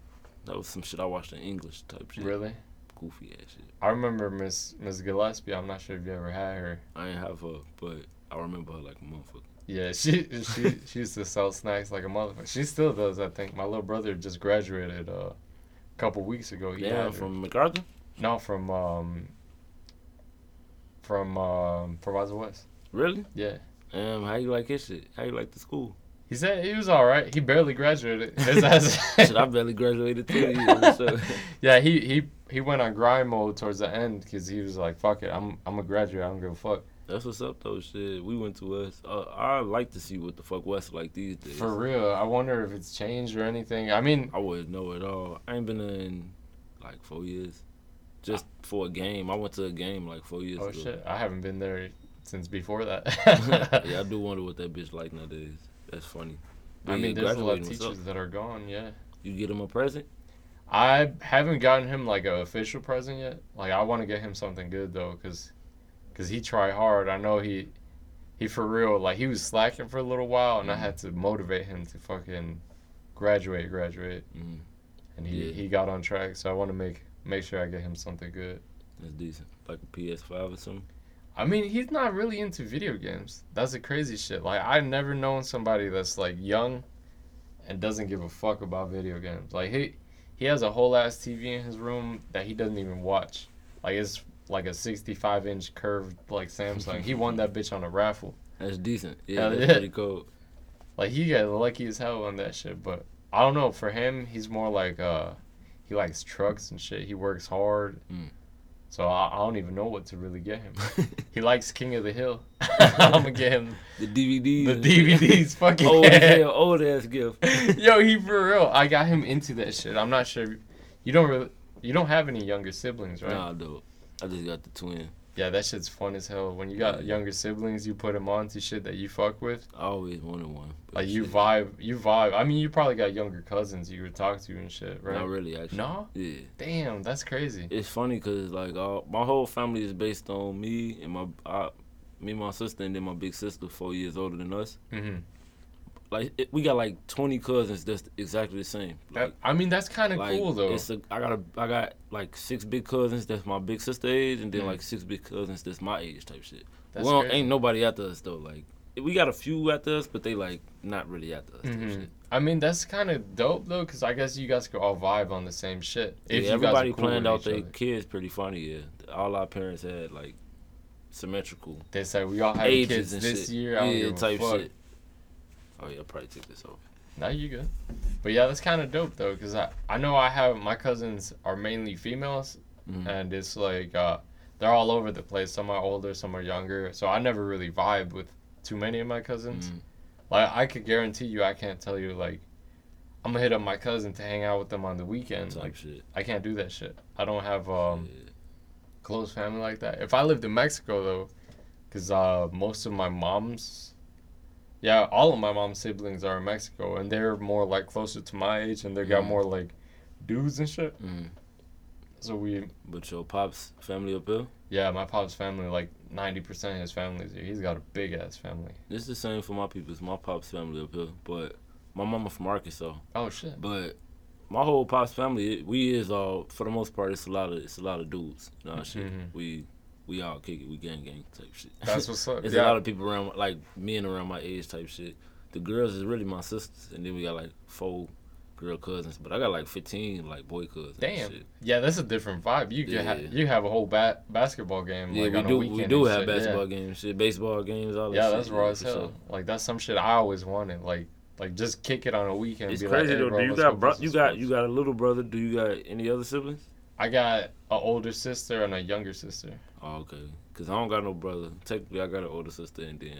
[SPEAKER 4] That was some shit I watched in English type shit.
[SPEAKER 2] Really?
[SPEAKER 4] Goofy ass shit.
[SPEAKER 2] I remember Miss Miss Gillespie, I'm not sure if you ever had her.
[SPEAKER 4] I ain't have her, but I remember her like a motherfucker.
[SPEAKER 2] Yeah, she she she used to sell snacks like a motherfucker. She still does, I think. My little brother just graduated uh, a couple weeks ago. He
[SPEAKER 4] Yeah,
[SPEAKER 2] had her.
[SPEAKER 4] from MacArthur.
[SPEAKER 2] no from um from um Proviso West.
[SPEAKER 4] Really?
[SPEAKER 2] Yeah,
[SPEAKER 4] Um, how you like his shit? How you like the school?
[SPEAKER 2] he said he was all right. He barely graduated. His ass.
[SPEAKER 4] shit, I barely graduated two years. So.
[SPEAKER 2] yeah, he he he went on grind mode towards the end because he was like, "Fuck it, I'm I'm a graduate. I don't give a fuck."
[SPEAKER 4] That's what's up though. Shit, we went to West. Uh, I like to see what the fuck West like these days.
[SPEAKER 2] For real, I wonder if it's changed or anything. I mean,
[SPEAKER 4] I wouldn't know at all. I ain't been in like four years. Just for a game. I went to a game like four years
[SPEAKER 2] oh
[SPEAKER 4] ago.
[SPEAKER 2] shit, I haven't been there since before
[SPEAKER 4] yeah, I
[SPEAKER 2] that.
[SPEAKER 4] do wonder what that bitch like nowadays. That's funny.
[SPEAKER 2] I mean,
[SPEAKER 4] yeah,
[SPEAKER 2] there's a lot of
[SPEAKER 4] graduating, what's up?
[SPEAKER 2] teachers that are gone. Yeah.
[SPEAKER 4] You get him a present?
[SPEAKER 2] I haven't gotten him like an official present yet. Like I want to get him something good though, cause, 'cause he try hard. I know he, he for real. Like he was slacking for a little while, and I
[SPEAKER 4] Mm-hmm.
[SPEAKER 2] had to motivate him to fucking graduate, graduate,
[SPEAKER 4] Mhm.
[SPEAKER 2] and he
[SPEAKER 4] Yeah.
[SPEAKER 2] he got on track. So I want to make make sure I get him something good.
[SPEAKER 4] That's decent. Like a PS5 or something.
[SPEAKER 2] I mean, he's not really into video games. That's the crazy shit. Like I've never known somebody that's like young, and doesn't give a fuck about video games. Like he, he has a whole ass TV in his room that he doesn't even watch. Like it's like a sixty-five inch curved like Samsung. he won that bitch on a raffle.
[SPEAKER 4] That's decent. Yeah,
[SPEAKER 2] Hell
[SPEAKER 4] that's
[SPEAKER 2] yeah.
[SPEAKER 4] pretty cool.
[SPEAKER 2] Like he got lucky as hell on that shit. But I don't know. For him, he's more like uh, he likes trucks and shit. He works hard.
[SPEAKER 4] Mm.
[SPEAKER 2] So I, I don't even know what to really get him. He likes King of the Hill. I'm gonna get him
[SPEAKER 4] the DVD.
[SPEAKER 2] the DVDs. Fucking
[SPEAKER 4] Old as hell, old ass gift.
[SPEAKER 2] yo, he for real. I got him into that shit. I'm not sure. You don't really. You don't have any younger siblings, right?
[SPEAKER 4] Nah, though. I just got the twin.
[SPEAKER 2] Yeah, that shit's fun as hell. When you got younger siblings, you put them onto shit that you fuck with.
[SPEAKER 4] I always wanted one. but
[SPEAKER 2] Like you
[SPEAKER 4] shit,
[SPEAKER 2] vibe, you vibe. I mean, you probably got younger cousins you would talk to and shit, right?
[SPEAKER 4] Not really, actually.
[SPEAKER 2] No?
[SPEAKER 4] Yeah.
[SPEAKER 2] Damn, that's crazy.
[SPEAKER 4] it's funny because like all, my whole family is based on me and my I, me my sister and then my big sister four years older than us
[SPEAKER 2] hmm
[SPEAKER 4] like it, we got like 20 cousins that's exactly the same like,
[SPEAKER 2] That, I mean, that's kind of
[SPEAKER 4] like,
[SPEAKER 2] cool though.
[SPEAKER 4] it's a, i got a i got like six big cousins that's my big sister age and then
[SPEAKER 2] Mm.
[SPEAKER 4] like six big cousins that's my age type shit
[SPEAKER 2] That's
[SPEAKER 4] well
[SPEAKER 2] crazy.
[SPEAKER 4] ain't nobody after us though like we got a few after us but they like not really after us type
[SPEAKER 2] Mhm.
[SPEAKER 4] shit.
[SPEAKER 2] I mean, that's kind of dope though, because I guess you guys could all vibe on the same shit.
[SPEAKER 4] yeah,
[SPEAKER 2] you guys are
[SPEAKER 4] everybody
[SPEAKER 2] cool
[SPEAKER 4] planned
[SPEAKER 2] with
[SPEAKER 4] out
[SPEAKER 2] each
[SPEAKER 4] their
[SPEAKER 2] other.
[SPEAKER 4] kids pretty funny yeah all our parents had like symmetrical
[SPEAKER 2] They said we all have
[SPEAKER 4] ages
[SPEAKER 2] kids
[SPEAKER 4] and
[SPEAKER 2] this
[SPEAKER 4] shit.
[SPEAKER 2] year. I don't
[SPEAKER 4] yeah,
[SPEAKER 2] give a
[SPEAKER 4] type
[SPEAKER 2] fuck.
[SPEAKER 4] shit. Oh yeah, I'll probably take this off.
[SPEAKER 2] Now you good. But yeah, that's kind of dope though, cause I I know I have my cousins are mainly females,
[SPEAKER 4] Mhm.
[SPEAKER 2] and it's like uh, they're all over the place. Some are older, some are younger. So I never really vibe with too many of my cousins.
[SPEAKER 4] Mhm.
[SPEAKER 2] Like I could guarantee you, I can't tell you like. I'm gonna hit up my cousin to hang out with them on the weekends.
[SPEAKER 4] type
[SPEAKER 2] Like
[SPEAKER 4] shit.
[SPEAKER 2] I can't do that shit. I don't have um,
[SPEAKER 4] yeah.
[SPEAKER 2] close family like that. If I lived in Mexico though, because uh, most of my mom's, yeah, all of my mom's siblings are in Mexico, and they're more like closer to my age, and they got
[SPEAKER 4] Mhm.
[SPEAKER 2] more like dudes and shit.
[SPEAKER 4] Mhm.
[SPEAKER 2] So we,
[SPEAKER 4] But your pops family up here?
[SPEAKER 2] Yeah, my pop's family, like ninety percent of his family, is here. he's got a big ass family.
[SPEAKER 4] It's the same for my people's, my pop's family up here, but my mama from Arkansas.
[SPEAKER 2] Oh shit.
[SPEAKER 4] But my whole pop's family, it- we is all for the most part. It's a lot of it's a lot of dudes. You know, shit.
[SPEAKER 2] Mhm.
[SPEAKER 4] We we all kick it. We gang gang type shit.
[SPEAKER 2] That's what's up.
[SPEAKER 4] There's
[SPEAKER 2] yeah.
[SPEAKER 4] a lot of people around like men around my age type shit. The girls is really my sisters, and then we got like four girl cousins. But I got like 15 like boy cousins. and
[SPEAKER 2] Damn.
[SPEAKER 4] shit.
[SPEAKER 2] Yeah, that's a different vibe. You can ha-
[SPEAKER 4] Yeah.
[SPEAKER 2] you have a whole ba- basketball game.
[SPEAKER 4] Yeah,
[SPEAKER 2] like, on
[SPEAKER 4] we do.
[SPEAKER 2] A weekend
[SPEAKER 4] We
[SPEAKER 2] and
[SPEAKER 4] do
[SPEAKER 2] shit.
[SPEAKER 4] have
[SPEAKER 2] Yeah.
[SPEAKER 4] basketball games, shit, baseball games, all that.
[SPEAKER 2] Yeah,
[SPEAKER 4] shit,
[SPEAKER 2] that's raw as
[SPEAKER 4] for
[SPEAKER 2] hell.
[SPEAKER 4] sure.
[SPEAKER 2] Like that's some shit I always wanted. Like like just kick it on a weekend. and
[SPEAKER 4] It's
[SPEAKER 2] be
[SPEAKER 4] crazy
[SPEAKER 2] like, hey,
[SPEAKER 4] though.
[SPEAKER 2] bro,
[SPEAKER 4] do you
[SPEAKER 2] let's go
[SPEAKER 4] got
[SPEAKER 2] play
[SPEAKER 4] bro-
[SPEAKER 2] some
[SPEAKER 4] you got
[SPEAKER 2] sports.
[SPEAKER 4] you got a little brother? Do you got any other siblings?
[SPEAKER 2] I got an older sister and a younger sister.
[SPEAKER 4] Oh, okay. Cause I don't got no brother. Technically, I got an older sister and then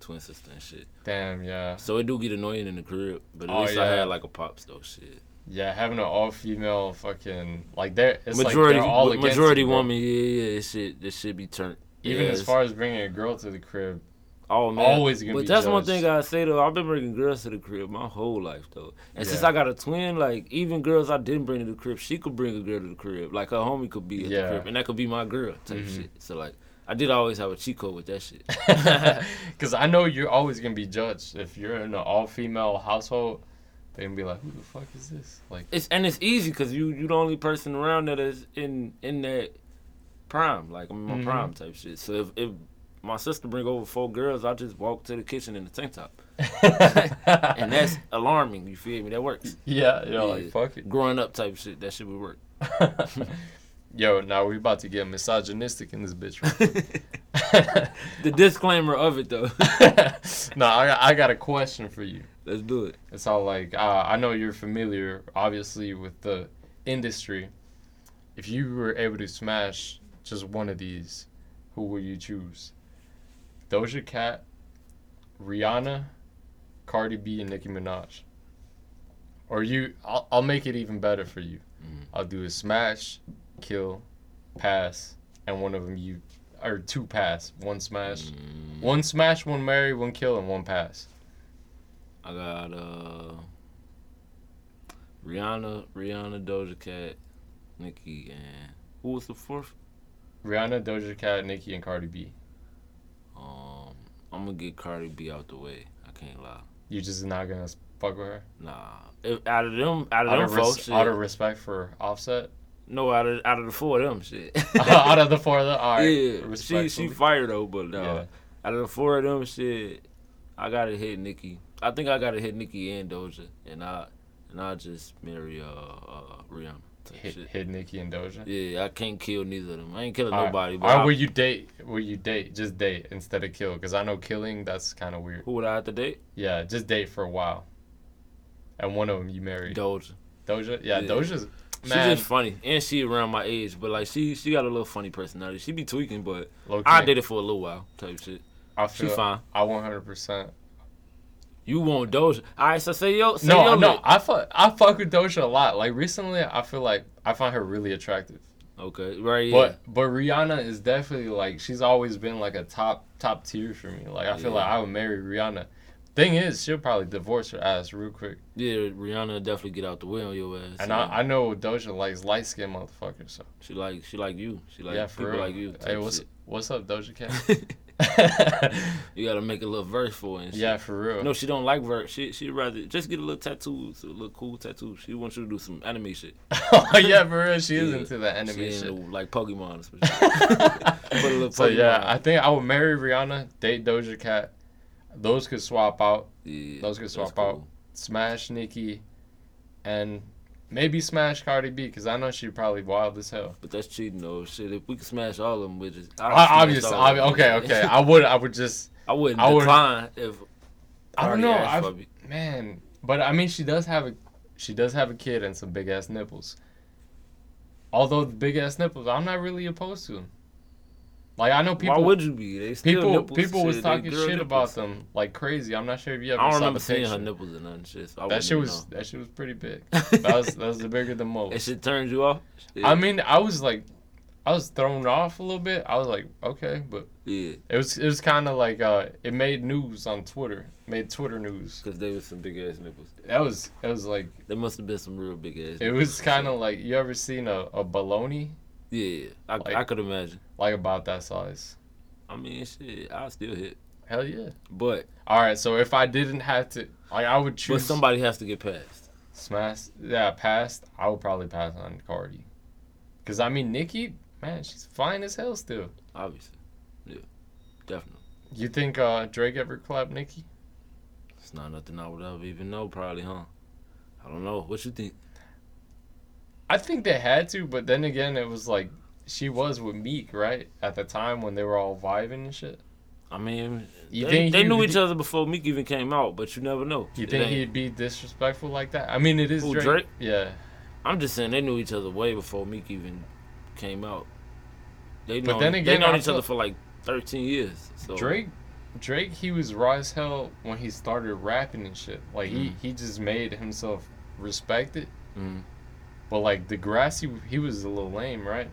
[SPEAKER 4] twin sister and shit.
[SPEAKER 2] Damn, yeah,
[SPEAKER 4] So it do get annoying in the crib. But at
[SPEAKER 2] Oh,
[SPEAKER 4] least I
[SPEAKER 2] yeah.
[SPEAKER 4] had like a pops though. Shit.
[SPEAKER 2] yeah. Having an all female fucking like they're it's like
[SPEAKER 4] majority
[SPEAKER 2] they're all
[SPEAKER 4] ma-
[SPEAKER 2] against
[SPEAKER 4] majority
[SPEAKER 2] you, bro.
[SPEAKER 4] woman. Yeah, yeah. This shit this shit be turned.
[SPEAKER 2] Even
[SPEAKER 4] Yeah,
[SPEAKER 2] as
[SPEAKER 4] it's-
[SPEAKER 2] far as bringing a girl to the crib,
[SPEAKER 4] oh man.
[SPEAKER 2] always gonna
[SPEAKER 4] But
[SPEAKER 2] be
[SPEAKER 4] that's one
[SPEAKER 2] judged.
[SPEAKER 4] thing I say though. I've been bringing girls to the crib my whole life though. And since
[SPEAKER 2] Yeah.
[SPEAKER 4] I got a twin, like even girls I didn't bring to the crib, she could bring a girl to the crib. Like her homie could be at
[SPEAKER 2] Yeah. Mm-hmm.
[SPEAKER 4] the crib, and that could be my girl type shit. So like. I did always have a cheat code with that shit.
[SPEAKER 2] because I know you're always gonna be judged if you're in an all female household. They gonna be like, who the fuck is this? Like,
[SPEAKER 4] It's and it's easy because you you the only person around that is in in that prime, like I'm in my
[SPEAKER 2] Mhm.
[SPEAKER 4] prime type shit. So if, if my sister bring over four girls, I just walk to the kitchen in the tank top, and that's alarming. You feel me? That works.
[SPEAKER 2] yeah, you know,
[SPEAKER 4] Yeah.
[SPEAKER 2] like fuck it.
[SPEAKER 4] Growing up type shit, that shit would work.
[SPEAKER 2] Yo, now we about to get misogynistic in this bitch. real
[SPEAKER 4] The disclaimer of it though.
[SPEAKER 2] quick. no, I got, I got a question for you.
[SPEAKER 4] Let's do it.
[SPEAKER 2] It's all like uh, I know you're familiar, obviously, with the industry. If you were able to smash just one of these, who would you choose? Doja Cat, Rihanna, Cardi B, and Nicki Minaj. Or you, I'll, I'll make it even better for you. I'll do a smash, kill, pass, and one of them you, or two pass, one smash,
[SPEAKER 4] Mm-hmm.
[SPEAKER 2] one smash, one marry, one kill, and one pass.
[SPEAKER 4] I got uh Rihanna, Rihanna, Doja Cat, Nicki, and who was the fourth?
[SPEAKER 2] Rihanna, Doja Cat, Nicki, and Cardi B.
[SPEAKER 4] Um, I'm gonna get Cardi B out the way. I can't lie.
[SPEAKER 2] You just not gonna s- fuck with her
[SPEAKER 4] Nah, if, out of them, out of
[SPEAKER 2] out
[SPEAKER 4] them
[SPEAKER 2] of,
[SPEAKER 4] four,
[SPEAKER 2] res-
[SPEAKER 4] shit.
[SPEAKER 2] out of respect for Offset.
[SPEAKER 4] no, out of out of the four of them, shit.
[SPEAKER 2] out of the four of the all right,
[SPEAKER 4] yeah, she she
[SPEAKER 2] respectfully.
[SPEAKER 4] fired though, but uh,
[SPEAKER 2] Yeah.
[SPEAKER 4] out of the four of them, shit, I gotta hit Nikki. I think I gotta hit Nikki and Doja, and I and I just marry uh, uh Rihanna. type
[SPEAKER 2] hit,
[SPEAKER 4] shit.
[SPEAKER 2] hit Nicki and Doja.
[SPEAKER 4] Yeah, I can't kill neither of them. I ain't killing
[SPEAKER 2] All right.
[SPEAKER 4] nobody. But
[SPEAKER 2] All right,
[SPEAKER 4] I-
[SPEAKER 2] will you date? Will you date? Just date instead of kill? Because I know killing that's kind of weird.
[SPEAKER 4] who would I have to date?
[SPEAKER 2] Yeah, just date for a while. And one of them you marry
[SPEAKER 4] Doja.
[SPEAKER 2] Doja. Yeah,
[SPEAKER 4] Yeah.
[SPEAKER 2] Doja's
[SPEAKER 4] She
[SPEAKER 2] man.
[SPEAKER 4] just funny, and she around my age, but like she she got a little funny personality. She be tweaking, but
[SPEAKER 2] low-key,
[SPEAKER 4] I did it for a little while, type shit.
[SPEAKER 2] I
[SPEAKER 4] She
[SPEAKER 2] feel.
[SPEAKER 4] fine.
[SPEAKER 2] I 100. percent
[SPEAKER 4] You want Doja? All right, so say yo, say
[SPEAKER 2] No,
[SPEAKER 4] yo
[SPEAKER 2] no,
[SPEAKER 4] lick.
[SPEAKER 2] I fuck, I fuck with Doja a lot. Like recently, I feel like I find her really attractive.
[SPEAKER 4] Okay, right? Yeah.
[SPEAKER 2] But but Rihanna is definitely like she's always been like a top top tier for me. Like I feel
[SPEAKER 4] Yeah.
[SPEAKER 2] like I would marry Rihanna. Thing is, she'll probably divorce her ass real quick.
[SPEAKER 4] yeah, Rihanna definitely get out the way on your ass.
[SPEAKER 2] And
[SPEAKER 4] man.
[SPEAKER 2] I, I know Doja likes light skinned motherfuckers. So
[SPEAKER 4] she like she like you. She like
[SPEAKER 2] yeah, for
[SPEAKER 4] people
[SPEAKER 2] real.
[SPEAKER 4] like you.
[SPEAKER 2] hey,
[SPEAKER 4] type
[SPEAKER 2] what's
[SPEAKER 4] shit.
[SPEAKER 2] what's up, Doja Cat?
[SPEAKER 4] You gotta make a little verse for it. And shit.
[SPEAKER 2] yeah, for real.
[SPEAKER 4] No, she don't like verse. She she rather just get a little tattoo, so a little cool tattoo. She wants you to do some anime shit.
[SPEAKER 2] yeah, for real. She is
[SPEAKER 4] Yeah.
[SPEAKER 2] into that
[SPEAKER 4] She
[SPEAKER 2] anime
[SPEAKER 4] into,
[SPEAKER 2] shit.
[SPEAKER 4] like Pokemon. or some shit. Put a little
[SPEAKER 2] So yeah,
[SPEAKER 4] Pokemon.
[SPEAKER 2] I think I would marry Rihanna, date Doja Cat. Those could swap out.
[SPEAKER 4] yeah,
[SPEAKER 2] those could
[SPEAKER 4] that's
[SPEAKER 2] swap out. Smash Nikki, and maybe smash Cardi B because I know she probably wild as hell.
[SPEAKER 4] But that's cheating though. Shit, if we could smash all of them, we just I
[SPEAKER 2] I, obviously,
[SPEAKER 4] smash all of
[SPEAKER 2] obvi- okay,
[SPEAKER 4] them.
[SPEAKER 2] okay. I would, I would just,
[SPEAKER 4] I wouldn't
[SPEAKER 2] I would-
[SPEAKER 4] decline if
[SPEAKER 2] I don't
[SPEAKER 4] Cardi
[SPEAKER 2] know,
[SPEAKER 4] asked
[SPEAKER 2] I've-
[SPEAKER 4] for me.
[SPEAKER 2] man. But I mean, she does have a, she does have a kid and some big ass nipples. Although the big ass nipples, I'm not really opposed to them. Like I know people,
[SPEAKER 4] Why would you be? They still
[SPEAKER 2] people,
[SPEAKER 4] nipples,
[SPEAKER 2] people was
[SPEAKER 4] shit, they
[SPEAKER 2] talking
[SPEAKER 4] girl
[SPEAKER 2] shit
[SPEAKER 4] nipples.
[SPEAKER 2] about them like crazy. I'm not sure if you ever
[SPEAKER 4] I don't
[SPEAKER 2] saw
[SPEAKER 4] remember
[SPEAKER 2] the
[SPEAKER 4] seeing her
[SPEAKER 2] picture.
[SPEAKER 4] nipples or nothing. Shit, so I
[SPEAKER 2] That
[SPEAKER 4] wouldn't
[SPEAKER 2] shit
[SPEAKER 4] even
[SPEAKER 2] was
[SPEAKER 4] know.
[SPEAKER 2] that shit was pretty big. That was that was bigger than most.
[SPEAKER 4] That shit turns you off. Shit.
[SPEAKER 2] I mean, I was like, I was thrown off a little bit. I was like, okay, but
[SPEAKER 4] yeah,
[SPEAKER 2] it was it was kind of like uh, it made news on Twitter, made Twitter news.
[SPEAKER 4] because they was some big ass nipples.
[SPEAKER 2] That was it was like
[SPEAKER 4] There must have been some real big ass.
[SPEAKER 2] it was kind of like you ever seen a a baloney?
[SPEAKER 4] yeah, Yeah, I,
[SPEAKER 2] Like-
[SPEAKER 4] I could imagine.
[SPEAKER 2] like about that size.
[SPEAKER 4] I mean, shit, I still hit,
[SPEAKER 2] Hell yeah.
[SPEAKER 4] but
[SPEAKER 2] All right, so if I didn't have to, like, I would
[SPEAKER 4] but
[SPEAKER 2] choose
[SPEAKER 4] somebody has to get past.
[SPEAKER 2] smash. Yeah, passed. I would probably pass on Cardi, because I mean Nikki, man, she's fine as hell still.
[SPEAKER 4] Obviously, yeah, definitely.
[SPEAKER 2] You think uh, Drake ever clapped Nikki?
[SPEAKER 4] It's not nothing I would ever even know, probably, huh? I don't know. What you think?
[SPEAKER 2] I think they had to, but then again, it was like she was with Meek, right? At the time when they were all vibing and shit.
[SPEAKER 4] I mean,
[SPEAKER 2] You
[SPEAKER 4] they,
[SPEAKER 2] think
[SPEAKER 4] they
[SPEAKER 2] he
[SPEAKER 4] knew
[SPEAKER 2] would-
[SPEAKER 4] each other before Meek even came out, but you never know.
[SPEAKER 2] You
[SPEAKER 4] It
[SPEAKER 2] think
[SPEAKER 4] ain't-
[SPEAKER 2] he'd be disrespectful like that? I mean, it is
[SPEAKER 4] Who,
[SPEAKER 2] Drake.
[SPEAKER 4] Drake?
[SPEAKER 2] Yeah,
[SPEAKER 4] I'm just saying they knew each other way before Meek even came out. They
[SPEAKER 2] But
[SPEAKER 4] know
[SPEAKER 2] then
[SPEAKER 4] they
[SPEAKER 2] again,
[SPEAKER 4] known
[SPEAKER 2] I
[SPEAKER 4] each other
[SPEAKER 2] feel-
[SPEAKER 4] for like 13 years. So
[SPEAKER 2] Drake. Drake, he was raw as hell when he started rapping and shit. Like he,
[SPEAKER 4] Mm.
[SPEAKER 2] he just made himself respected.
[SPEAKER 4] Mhm.
[SPEAKER 2] But like Degrassi, he was a little lame, right?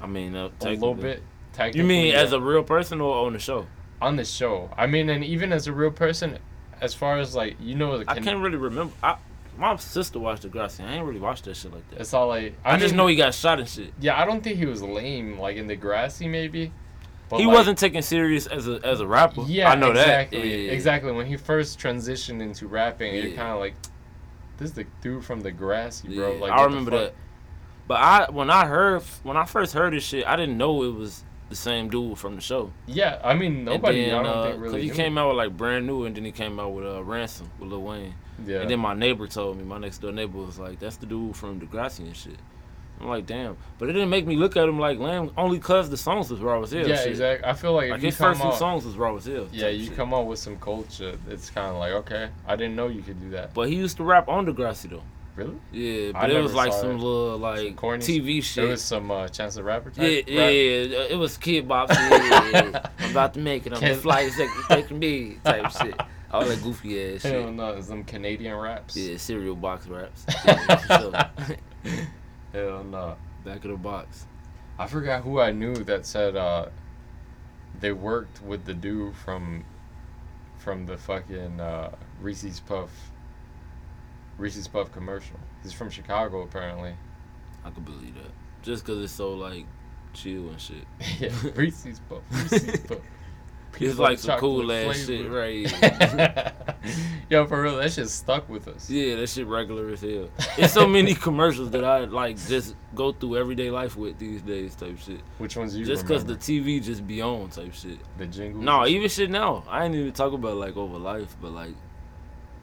[SPEAKER 4] I mean, uh,
[SPEAKER 2] A little
[SPEAKER 4] technically.
[SPEAKER 2] bit.
[SPEAKER 4] You mean
[SPEAKER 2] technically,
[SPEAKER 4] as
[SPEAKER 2] yeah.
[SPEAKER 4] a real person or on the show?
[SPEAKER 2] on the show? I mean, and even as a real person, as far as like you know, the
[SPEAKER 4] I
[SPEAKER 2] con-
[SPEAKER 4] can't really remember. I, my sister watched the Degrassi. I ain't really watched that shit like that.
[SPEAKER 2] It's all like
[SPEAKER 4] I, just
[SPEAKER 2] mean,
[SPEAKER 4] know he got shot and shit.
[SPEAKER 2] Yeah, I don't think he was lame, like in the grassy maybe. But
[SPEAKER 4] he
[SPEAKER 2] like-
[SPEAKER 4] wasn't taken serious as a as a rapper.
[SPEAKER 2] Yeah,
[SPEAKER 4] I know
[SPEAKER 2] exactly.
[SPEAKER 4] that. Yeah.
[SPEAKER 2] Exactly. When he first transitioned into rapping, you're
[SPEAKER 4] Yeah.
[SPEAKER 2] kind of like, this is the dude from the grassy, bro.
[SPEAKER 4] Yeah,
[SPEAKER 2] Like
[SPEAKER 4] I
[SPEAKER 2] what the
[SPEAKER 4] remember
[SPEAKER 2] fuck?
[SPEAKER 4] that. But I when I heard when I first heard this shit, I didn't know it was the same dude from the show.
[SPEAKER 2] Yeah, I mean
[SPEAKER 4] And
[SPEAKER 2] nobody.
[SPEAKER 4] then,
[SPEAKER 2] I don't
[SPEAKER 4] uh,
[SPEAKER 2] think
[SPEAKER 4] 'cause
[SPEAKER 2] really.
[SPEAKER 4] he
[SPEAKER 2] knew.
[SPEAKER 4] came out with like brand new, and then he came out with uh, ransom with Lil Wayne.
[SPEAKER 2] Yeah.
[SPEAKER 4] And then my neighbor told me, my next door neighbor was like, "That's the dude from Degrassi and shit." I'm like, damn. But it didn't make me look at him like lamb, only cause the songs was raw as hell.
[SPEAKER 2] yeah,
[SPEAKER 4] shit.
[SPEAKER 2] exactly. I feel like if
[SPEAKER 4] Like
[SPEAKER 2] you
[SPEAKER 4] his
[SPEAKER 2] come
[SPEAKER 4] first two
[SPEAKER 2] out,
[SPEAKER 4] songs was raw as hell.
[SPEAKER 2] yeah,
[SPEAKER 4] type
[SPEAKER 2] you
[SPEAKER 4] shit.
[SPEAKER 2] come out with some culture. It's kind of like okay, I didn't know you could do that.
[SPEAKER 4] But he used to rap on Degrassi though.
[SPEAKER 2] Really?
[SPEAKER 4] Yeah,
[SPEAKER 2] I
[SPEAKER 4] but it
[SPEAKER 2] never
[SPEAKER 4] was like
[SPEAKER 2] saw
[SPEAKER 4] some
[SPEAKER 2] it.
[SPEAKER 4] little like
[SPEAKER 2] corny
[SPEAKER 4] TV
[SPEAKER 2] There
[SPEAKER 4] shit.
[SPEAKER 2] was some uh, Chance the Rapper type.
[SPEAKER 4] yeah, yeah,
[SPEAKER 2] rap.
[SPEAKER 4] yeah, it was kid bop. shit, yeah, yeah. I'm about to make it. I'm the
[SPEAKER 2] Kid-
[SPEAKER 4] flyest that can take me type shit. All that goofy ass shit.
[SPEAKER 2] Hell no, some Canadian raps.
[SPEAKER 4] Yeah, cereal box wraps. Yeah, for sure.
[SPEAKER 2] Hell no.
[SPEAKER 4] Back of the box.
[SPEAKER 2] I forgot who I knew that said uh, they worked with the dude from from the fucking uh, Reese's Puff Reese's Puff commercial. He's from Chicago apparently.
[SPEAKER 4] I could believe that. Just 'cause it's so like chill and shit.
[SPEAKER 2] yeah, Reese's Puff. Reese's Puff.
[SPEAKER 4] It's
[SPEAKER 2] Peanut
[SPEAKER 4] like
[SPEAKER 2] butter
[SPEAKER 4] some cool
[SPEAKER 2] chocolate
[SPEAKER 4] ass shit,
[SPEAKER 2] flavor.
[SPEAKER 4] right? yeah.
[SPEAKER 2] Yo, for real, that shit stuck with us.
[SPEAKER 4] Yeah, that shit regular as hell. It's so many commercials that I like just go through everyday life with these days type shit.
[SPEAKER 2] Which ones you
[SPEAKER 4] Just 'cause
[SPEAKER 2] remember?
[SPEAKER 4] the TV just be on type shit.
[SPEAKER 2] the jingle?
[SPEAKER 4] No, even shit now. I ain't even talk about like over life, but like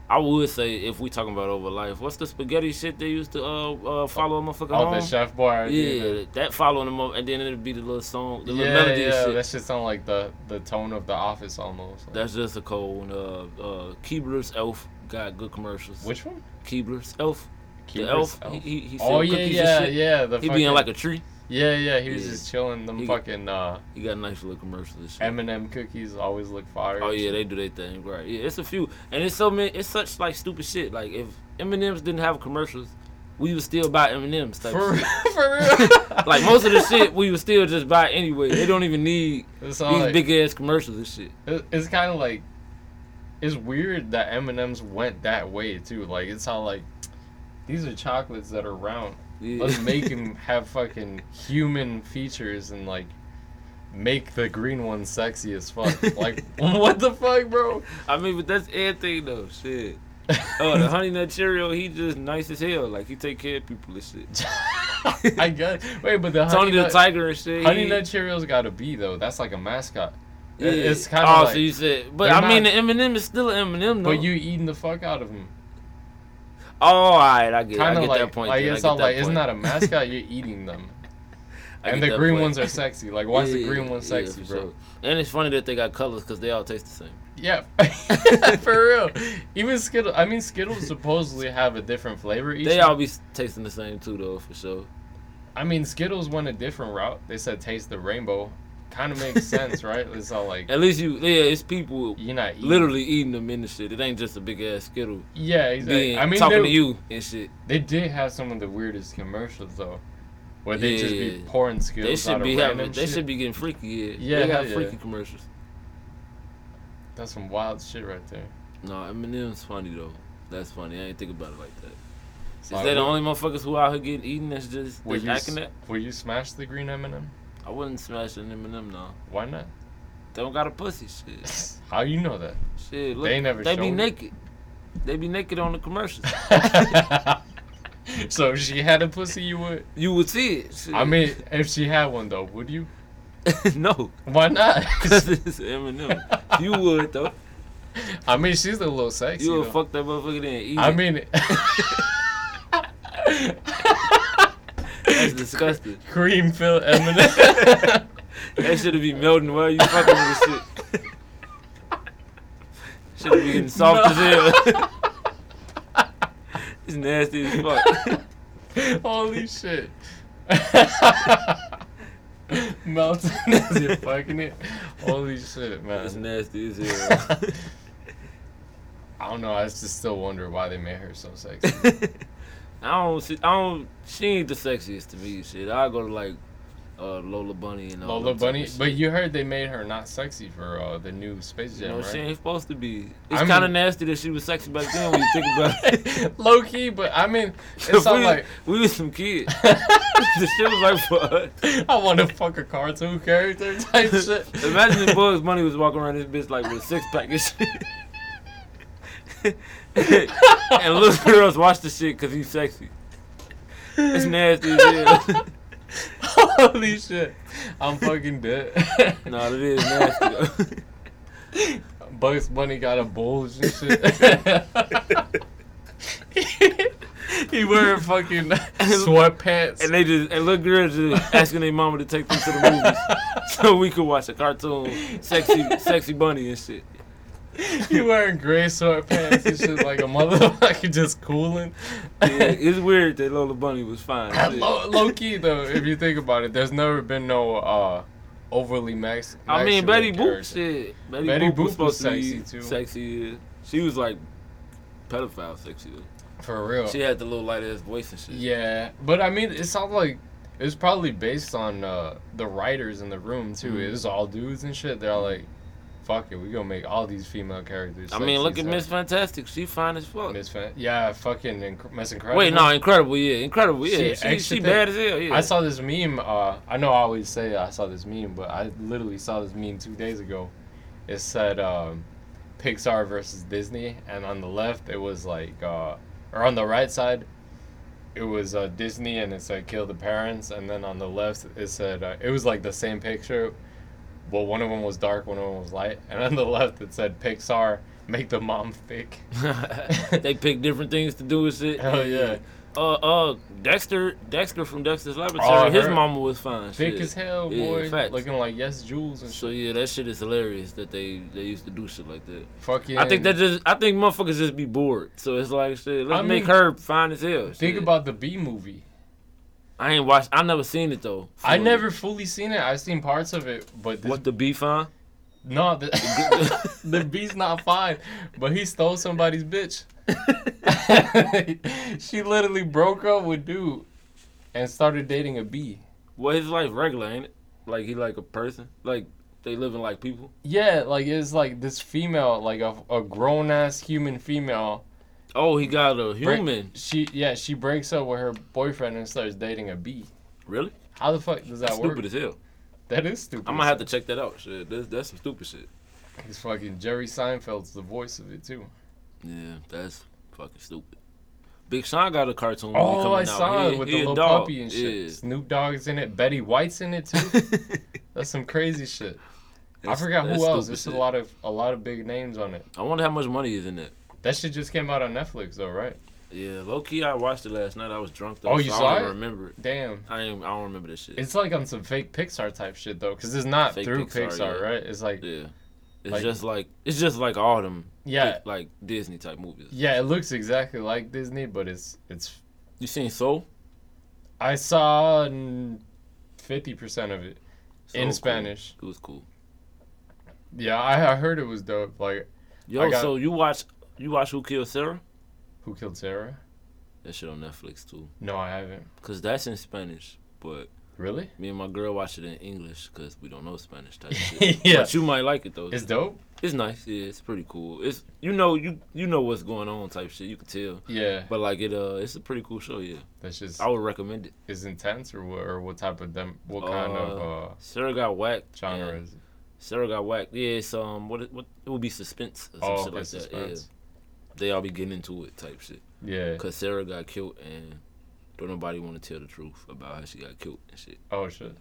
[SPEAKER 4] I would say if we talking about over life, what's the spaghetti shit they used to uh, uh follow a motherfucker
[SPEAKER 2] Oh,
[SPEAKER 4] home?
[SPEAKER 2] the chef bar.
[SPEAKER 4] Yeah, that following them up, and then it'll be the little song, the
[SPEAKER 2] Yeah,
[SPEAKER 4] little melody and
[SPEAKER 2] yeah,
[SPEAKER 4] shit.
[SPEAKER 2] that
[SPEAKER 4] That's,
[SPEAKER 2] shit sound like the, the tone of The Office almost. Like,
[SPEAKER 4] just a cold one. Uh, uh, Keebler's Elf got good commercials.
[SPEAKER 2] which one?
[SPEAKER 4] Keebler's Elf?
[SPEAKER 2] Keepers
[SPEAKER 4] the Elf? He, he, he
[SPEAKER 2] oh
[SPEAKER 4] sell
[SPEAKER 2] yeah,
[SPEAKER 4] cookies
[SPEAKER 2] yeah,
[SPEAKER 4] and shit.
[SPEAKER 2] yeah. The
[SPEAKER 4] He
[SPEAKER 2] fucking,
[SPEAKER 4] be in like a tree.
[SPEAKER 2] yeah, yeah. He was
[SPEAKER 4] Yeah.
[SPEAKER 2] just chilling. Them
[SPEAKER 4] He-
[SPEAKER 2] fucking uh,
[SPEAKER 4] He got nice little commercials and shit.
[SPEAKER 2] M&M cookies always look fire.
[SPEAKER 4] Oh yeah, they do their thing right. Yeah, it's a few, and it's so many. It's such like stupid shit. Like if M and M's didn't have commercials, we would still buy M and M's. Type
[SPEAKER 2] for
[SPEAKER 4] shit.
[SPEAKER 2] for real.
[SPEAKER 4] like most of the shit we would still just buy anyway. They don't even need
[SPEAKER 2] it's
[SPEAKER 4] these
[SPEAKER 2] all like,
[SPEAKER 4] big ass commercials and shit.
[SPEAKER 2] it- it's kind of like it's weird that M&Ms went that way too. Like it's how like these are chocolates that are round.
[SPEAKER 4] Yeah.
[SPEAKER 2] Let's make them have fucking human features and like make the green one sexy as fuck. Like what the fuck, bro?
[SPEAKER 4] I mean, but that's everything though. Shit. Oh, the Honey Nut Cheerio, he just nice as hell. Like he take care of people and shit.
[SPEAKER 2] I guess. Wait, but the
[SPEAKER 4] Tony
[SPEAKER 2] honey
[SPEAKER 4] the
[SPEAKER 2] nut-
[SPEAKER 4] Tiger and shit.
[SPEAKER 2] Honey
[SPEAKER 4] he-
[SPEAKER 2] Nut Cheerios got to be though. That's like a mascot.
[SPEAKER 4] yeah.
[SPEAKER 2] It- It's kind of
[SPEAKER 4] Oh,
[SPEAKER 2] like,
[SPEAKER 4] so you said, but
[SPEAKER 2] they're
[SPEAKER 4] I mean, the
[SPEAKER 2] not-
[SPEAKER 4] M and M is still an M and M though.
[SPEAKER 2] but you eating the fuck out of them.
[SPEAKER 4] oh, all right, I get, it. I
[SPEAKER 2] Kind
[SPEAKER 4] get
[SPEAKER 2] of like,
[SPEAKER 4] that point.
[SPEAKER 2] like
[SPEAKER 4] then. I
[SPEAKER 2] it's
[SPEAKER 4] get
[SPEAKER 2] all
[SPEAKER 4] that
[SPEAKER 2] like,
[SPEAKER 4] point.
[SPEAKER 2] isn't that a mascot? You're eating them,
[SPEAKER 4] I
[SPEAKER 2] and
[SPEAKER 4] get
[SPEAKER 2] the
[SPEAKER 4] that
[SPEAKER 2] green
[SPEAKER 4] point.
[SPEAKER 2] ones are sexy. Like, why is the
[SPEAKER 4] Yeah,
[SPEAKER 2] green
[SPEAKER 4] yeah,
[SPEAKER 2] one sexy,
[SPEAKER 4] for
[SPEAKER 2] bro?
[SPEAKER 4] sure. And it's funny that they got colors because they all taste the same.
[SPEAKER 2] Yeah, for real. Even Skittles. I mean, Skittles supposedly have a different flavor each.
[SPEAKER 4] They
[SPEAKER 2] time.
[SPEAKER 4] all be s- tasting the same too, though, for sure.
[SPEAKER 2] I mean, Skittles went a different route. They said taste the rainbow. Kind of makes sense, right? It's all like
[SPEAKER 4] At least you, yeah, it's people
[SPEAKER 2] you're not eating.
[SPEAKER 4] literally eating them in the shit. It ain't just a big ass skittle.
[SPEAKER 2] Yeah, exactly.
[SPEAKER 4] Being,
[SPEAKER 2] I mean,
[SPEAKER 4] talking
[SPEAKER 2] they-
[SPEAKER 4] to you and shit.
[SPEAKER 2] They did have some of the weirdest commercials though, where they just be
[SPEAKER 4] Yeah.
[SPEAKER 2] pouring skills
[SPEAKER 4] They
[SPEAKER 2] out
[SPEAKER 4] should
[SPEAKER 2] of
[SPEAKER 4] be
[SPEAKER 2] random
[SPEAKER 4] having. They
[SPEAKER 2] shit.
[SPEAKER 4] should be getting freaky. Yeah,
[SPEAKER 2] Yeah,
[SPEAKER 4] They got
[SPEAKER 2] hell yeah.
[SPEAKER 4] freaky commercials.
[SPEAKER 2] That's some wild shit right there.
[SPEAKER 4] No, Eminem's funny though. That's funny. I ain't think about it like that. Is that the only motherfuckers who out here getting eaten that's just
[SPEAKER 2] Will
[SPEAKER 4] that's
[SPEAKER 2] you, s-
[SPEAKER 4] acting that?
[SPEAKER 2] will you smash the green M&M?
[SPEAKER 4] I wouldn't smash an Eminem no.
[SPEAKER 2] Why not?
[SPEAKER 4] They don't got a pussy shit.
[SPEAKER 2] How you know that?
[SPEAKER 4] Shit, look,
[SPEAKER 2] They
[SPEAKER 4] they,
[SPEAKER 2] never
[SPEAKER 4] be
[SPEAKER 2] showed it.
[SPEAKER 4] naked. They be naked on the commercials.
[SPEAKER 2] so if she had a pussy, you would.
[SPEAKER 4] you would see it. shit.
[SPEAKER 2] I mean, if she had one though, would you?
[SPEAKER 4] no,
[SPEAKER 2] Why not?
[SPEAKER 4] because it's Eminem. You would though.
[SPEAKER 2] I mean, she's a little sexy.
[SPEAKER 4] You would
[SPEAKER 2] though.
[SPEAKER 4] fuck that motherfucker then eat
[SPEAKER 2] I
[SPEAKER 4] it.
[SPEAKER 2] mean,
[SPEAKER 4] That's disgusting.
[SPEAKER 2] cream filled M&M.
[SPEAKER 4] That should be melting while you fucking with this shit. Should be getting soft as hell. it's nasty as fuck.
[SPEAKER 2] Holy shit. Melting as you're fucking it. Holy shit,
[SPEAKER 4] It's
[SPEAKER 2] man.
[SPEAKER 4] nasty as hell.
[SPEAKER 2] I don't know. I just still wonder why they made her so sexy.
[SPEAKER 4] I don't. see- I don't. She ain't the sexiest to me. Shit. I go to like uh, Lola Bunny and all
[SPEAKER 2] Lola
[SPEAKER 4] them type of
[SPEAKER 2] Bunny.
[SPEAKER 4] shit.
[SPEAKER 2] But you heard they made her not sexy for uh, the new Space
[SPEAKER 4] You
[SPEAKER 2] Jam,
[SPEAKER 4] know, she
[SPEAKER 2] right?
[SPEAKER 4] ain't supposed to be.
[SPEAKER 2] I
[SPEAKER 4] It's
[SPEAKER 2] mean-
[SPEAKER 4] kind of nasty that she was sexy back then when you think about it.
[SPEAKER 2] Low key, but I mean, it's
[SPEAKER 4] we,
[SPEAKER 2] not like
[SPEAKER 4] we was some kids. the shit was like for us.
[SPEAKER 2] I want to fuck a cartoon character type shit.
[SPEAKER 4] Imagine if Bugs Bunny was walking around this bitch like with a six pack and shit. and little girls watch the shit because he's sexy. It's nasty as hell.
[SPEAKER 2] Holy shit, I'm fucking dead.
[SPEAKER 4] nah, it is nasty. though.
[SPEAKER 2] Bugs Bunny got a bulge and shit. he wearing fucking sweatpants.
[SPEAKER 4] and they just and little girls just asking their mama to take them to the movies so we could watch a cartoon, sexy, sexy bunny and shit.
[SPEAKER 2] he wearing gray sweatpants and shit like a motherfucker just cooling.
[SPEAKER 4] Yeah, it's weird that Lola Bunny was fine. shit.
[SPEAKER 2] low, low key though, if you think about it, there's never been no uh overly max.
[SPEAKER 4] I mean, Betty
[SPEAKER 2] masculine
[SPEAKER 4] Boop
[SPEAKER 2] character.
[SPEAKER 4] shit. Betty,
[SPEAKER 2] Betty
[SPEAKER 4] Boop, was
[SPEAKER 2] Boop was
[SPEAKER 4] supposed to be
[SPEAKER 2] sexy, too.
[SPEAKER 4] sexy. yeah. She was like pedophile sexy. though.
[SPEAKER 2] for real.
[SPEAKER 4] She had the little light ass voice and shit.
[SPEAKER 2] Yeah, but I mean, it's all like it was probably based on uh, the writers in the room too.
[SPEAKER 4] Mhm.
[SPEAKER 2] It was all dudes and shit. They're all like, "Fuck it, we gonna make all these female characters."
[SPEAKER 4] I mean,
[SPEAKER 2] sexy,
[SPEAKER 4] look at
[SPEAKER 2] so-
[SPEAKER 4] Miss Fantastic. She fine as fuck.
[SPEAKER 2] Miss Fan. Yeah, fucking inc- Miss Incredible.
[SPEAKER 4] Wait, no, incredible. Yeah, incredible.
[SPEAKER 2] She
[SPEAKER 4] Yeah, she, she,
[SPEAKER 2] extra
[SPEAKER 4] bad as hell. Yeah,
[SPEAKER 2] I saw this meme. Uh, I know I always say I saw this meme, but I literally saw this meme two days ago. It said um, Pixar versus Disney, and on the left it was like, uh, or on the right side, it was uh, Disney, and it said kill the parents, and then on the left it said uh, it was like the same picture, but one of them was dark, one of them was light, and on the left it said Pixar make the mom thick.
[SPEAKER 4] they pick different things to do with shit.
[SPEAKER 2] Hell yeah,
[SPEAKER 4] Uh, uh, Dexter, Dexter from Dexter's Laboratory.
[SPEAKER 2] Oh,
[SPEAKER 4] his
[SPEAKER 2] her-
[SPEAKER 4] mama was fine.
[SPEAKER 2] thick
[SPEAKER 4] shit.
[SPEAKER 2] as hell,
[SPEAKER 4] Yeah,
[SPEAKER 2] boy,
[SPEAKER 4] facts.
[SPEAKER 2] looking like yes Jules and shit.
[SPEAKER 4] So yeah, that shit is hilarious that they they used to do shit like that.
[SPEAKER 2] Fucking.
[SPEAKER 4] I think that just I think motherfuckers just be bored. So it's like shit. Let's
[SPEAKER 2] I
[SPEAKER 4] make
[SPEAKER 2] mean,
[SPEAKER 4] her fine as hell.
[SPEAKER 2] Think
[SPEAKER 4] shit.
[SPEAKER 2] about the B movie.
[SPEAKER 4] I ain't watched. I never seen it though.
[SPEAKER 2] I never fully seen it. I've seen parts of it, but this,
[SPEAKER 4] What the beef on?
[SPEAKER 2] no, the, the B's not fine. But he stole somebody's bitch. she literally broke up with dude and started dating a bee.
[SPEAKER 4] Well, his life regular ain't it? Like he like a person. Like they living like people.
[SPEAKER 2] Yeah, like it's like this female, like a, a grown ass human female.
[SPEAKER 4] Oh, he got a
[SPEAKER 2] break-
[SPEAKER 4] human.
[SPEAKER 2] she yeah, she breaks up with her boyfriend and starts dating a bee.
[SPEAKER 4] Really?
[SPEAKER 2] How the fuck does that
[SPEAKER 4] That's
[SPEAKER 2] work?
[SPEAKER 4] stupid as hell.
[SPEAKER 2] That is stupid.
[SPEAKER 4] I'm gonna have to check that out. Shit, that's, that's some stupid shit.
[SPEAKER 2] It's fucking Jerry Seinfeld's the voice of it too.
[SPEAKER 4] Yeah, that's fucking stupid. Big Sean got a cartoon movie
[SPEAKER 2] Oh,
[SPEAKER 4] coming
[SPEAKER 2] I
[SPEAKER 4] out.
[SPEAKER 2] saw
[SPEAKER 4] He-
[SPEAKER 2] it with
[SPEAKER 4] he
[SPEAKER 2] the
[SPEAKER 4] a
[SPEAKER 2] little
[SPEAKER 4] dog.
[SPEAKER 2] puppy and shit. Snoop Dogg's in it. Betty White's in it too.
[SPEAKER 4] Yeah.
[SPEAKER 2] That's some crazy shit. I
[SPEAKER 4] That's-
[SPEAKER 2] forgot
[SPEAKER 4] that's
[SPEAKER 2] who else.
[SPEAKER 4] stupid
[SPEAKER 2] There's a
[SPEAKER 4] shit.
[SPEAKER 2] lot of a lot of big names on it.
[SPEAKER 4] I wonder how much money is in that.
[SPEAKER 2] That shit just came out on Netflix though, right?
[SPEAKER 4] Yeah, low key, I watched it last night. I was drunk though.
[SPEAKER 2] Oh, you
[SPEAKER 4] so
[SPEAKER 2] saw
[SPEAKER 4] I don't
[SPEAKER 2] it?
[SPEAKER 4] remember it.
[SPEAKER 2] Damn.
[SPEAKER 4] I ain't, I don't remember this shit.
[SPEAKER 2] It's like on some fake Pixar type shit though, because it's not
[SPEAKER 4] Fake
[SPEAKER 2] through
[SPEAKER 4] Pixar,
[SPEAKER 2] Pixar,
[SPEAKER 4] yeah.
[SPEAKER 2] right? It's like
[SPEAKER 4] yeah, it's
[SPEAKER 2] Like-
[SPEAKER 4] just like it's just like all them
[SPEAKER 2] yeah,
[SPEAKER 4] like Disney type movies.
[SPEAKER 2] yeah. It looks exactly like Disney, but it's it's.
[SPEAKER 4] You seen Soul?
[SPEAKER 2] I saw fifty percent of it
[SPEAKER 4] Soul cool.
[SPEAKER 2] in Spanish.
[SPEAKER 4] It was cool.
[SPEAKER 2] Yeah, I, I heard it was dope. Like,
[SPEAKER 4] Yo,
[SPEAKER 2] got-
[SPEAKER 4] so you watch you watch Who Killed Sarah?
[SPEAKER 2] who killed Sarah?
[SPEAKER 4] That shit on Netflix too,
[SPEAKER 2] No, I haven't.
[SPEAKER 4] cause that's in Spanish. But
[SPEAKER 2] Really?
[SPEAKER 4] Me and my girl watch it in English because we don't know Spanish type shit.
[SPEAKER 2] yeah.
[SPEAKER 4] But you might like it though.
[SPEAKER 2] It's
[SPEAKER 4] It's,
[SPEAKER 2] dope.
[SPEAKER 4] nice. Yeah, it's pretty cool. It's you know you you know what's going on type shit. You can tell.
[SPEAKER 2] Yeah.
[SPEAKER 4] But like it uh, it's a pretty cool show. Yeah,
[SPEAKER 2] That's just
[SPEAKER 4] I would recommend it.
[SPEAKER 2] is intense or what or what type of them what kind of uh
[SPEAKER 4] Sarah got whacked.
[SPEAKER 2] genre
[SPEAKER 4] Oh, and
[SPEAKER 2] is it?
[SPEAKER 4] Sarah got whacked. Yeah, it's um what it, what it would be suspense or some
[SPEAKER 2] Oh,
[SPEAKER 4] shit
[SPEAKER 2] okay,
[SPEAKER 4] like
[SPEAKER 2] suspense.
[SPEAKER 4] that. Yeah, they all be getting into it type shit.
[SPEAKER 2] Yeah.
[SPEAKER 4] Cause Sarah got killed and don't nobody want to tell the truth about how she got killed and shit.
[SPEAKER 2] Oh shit.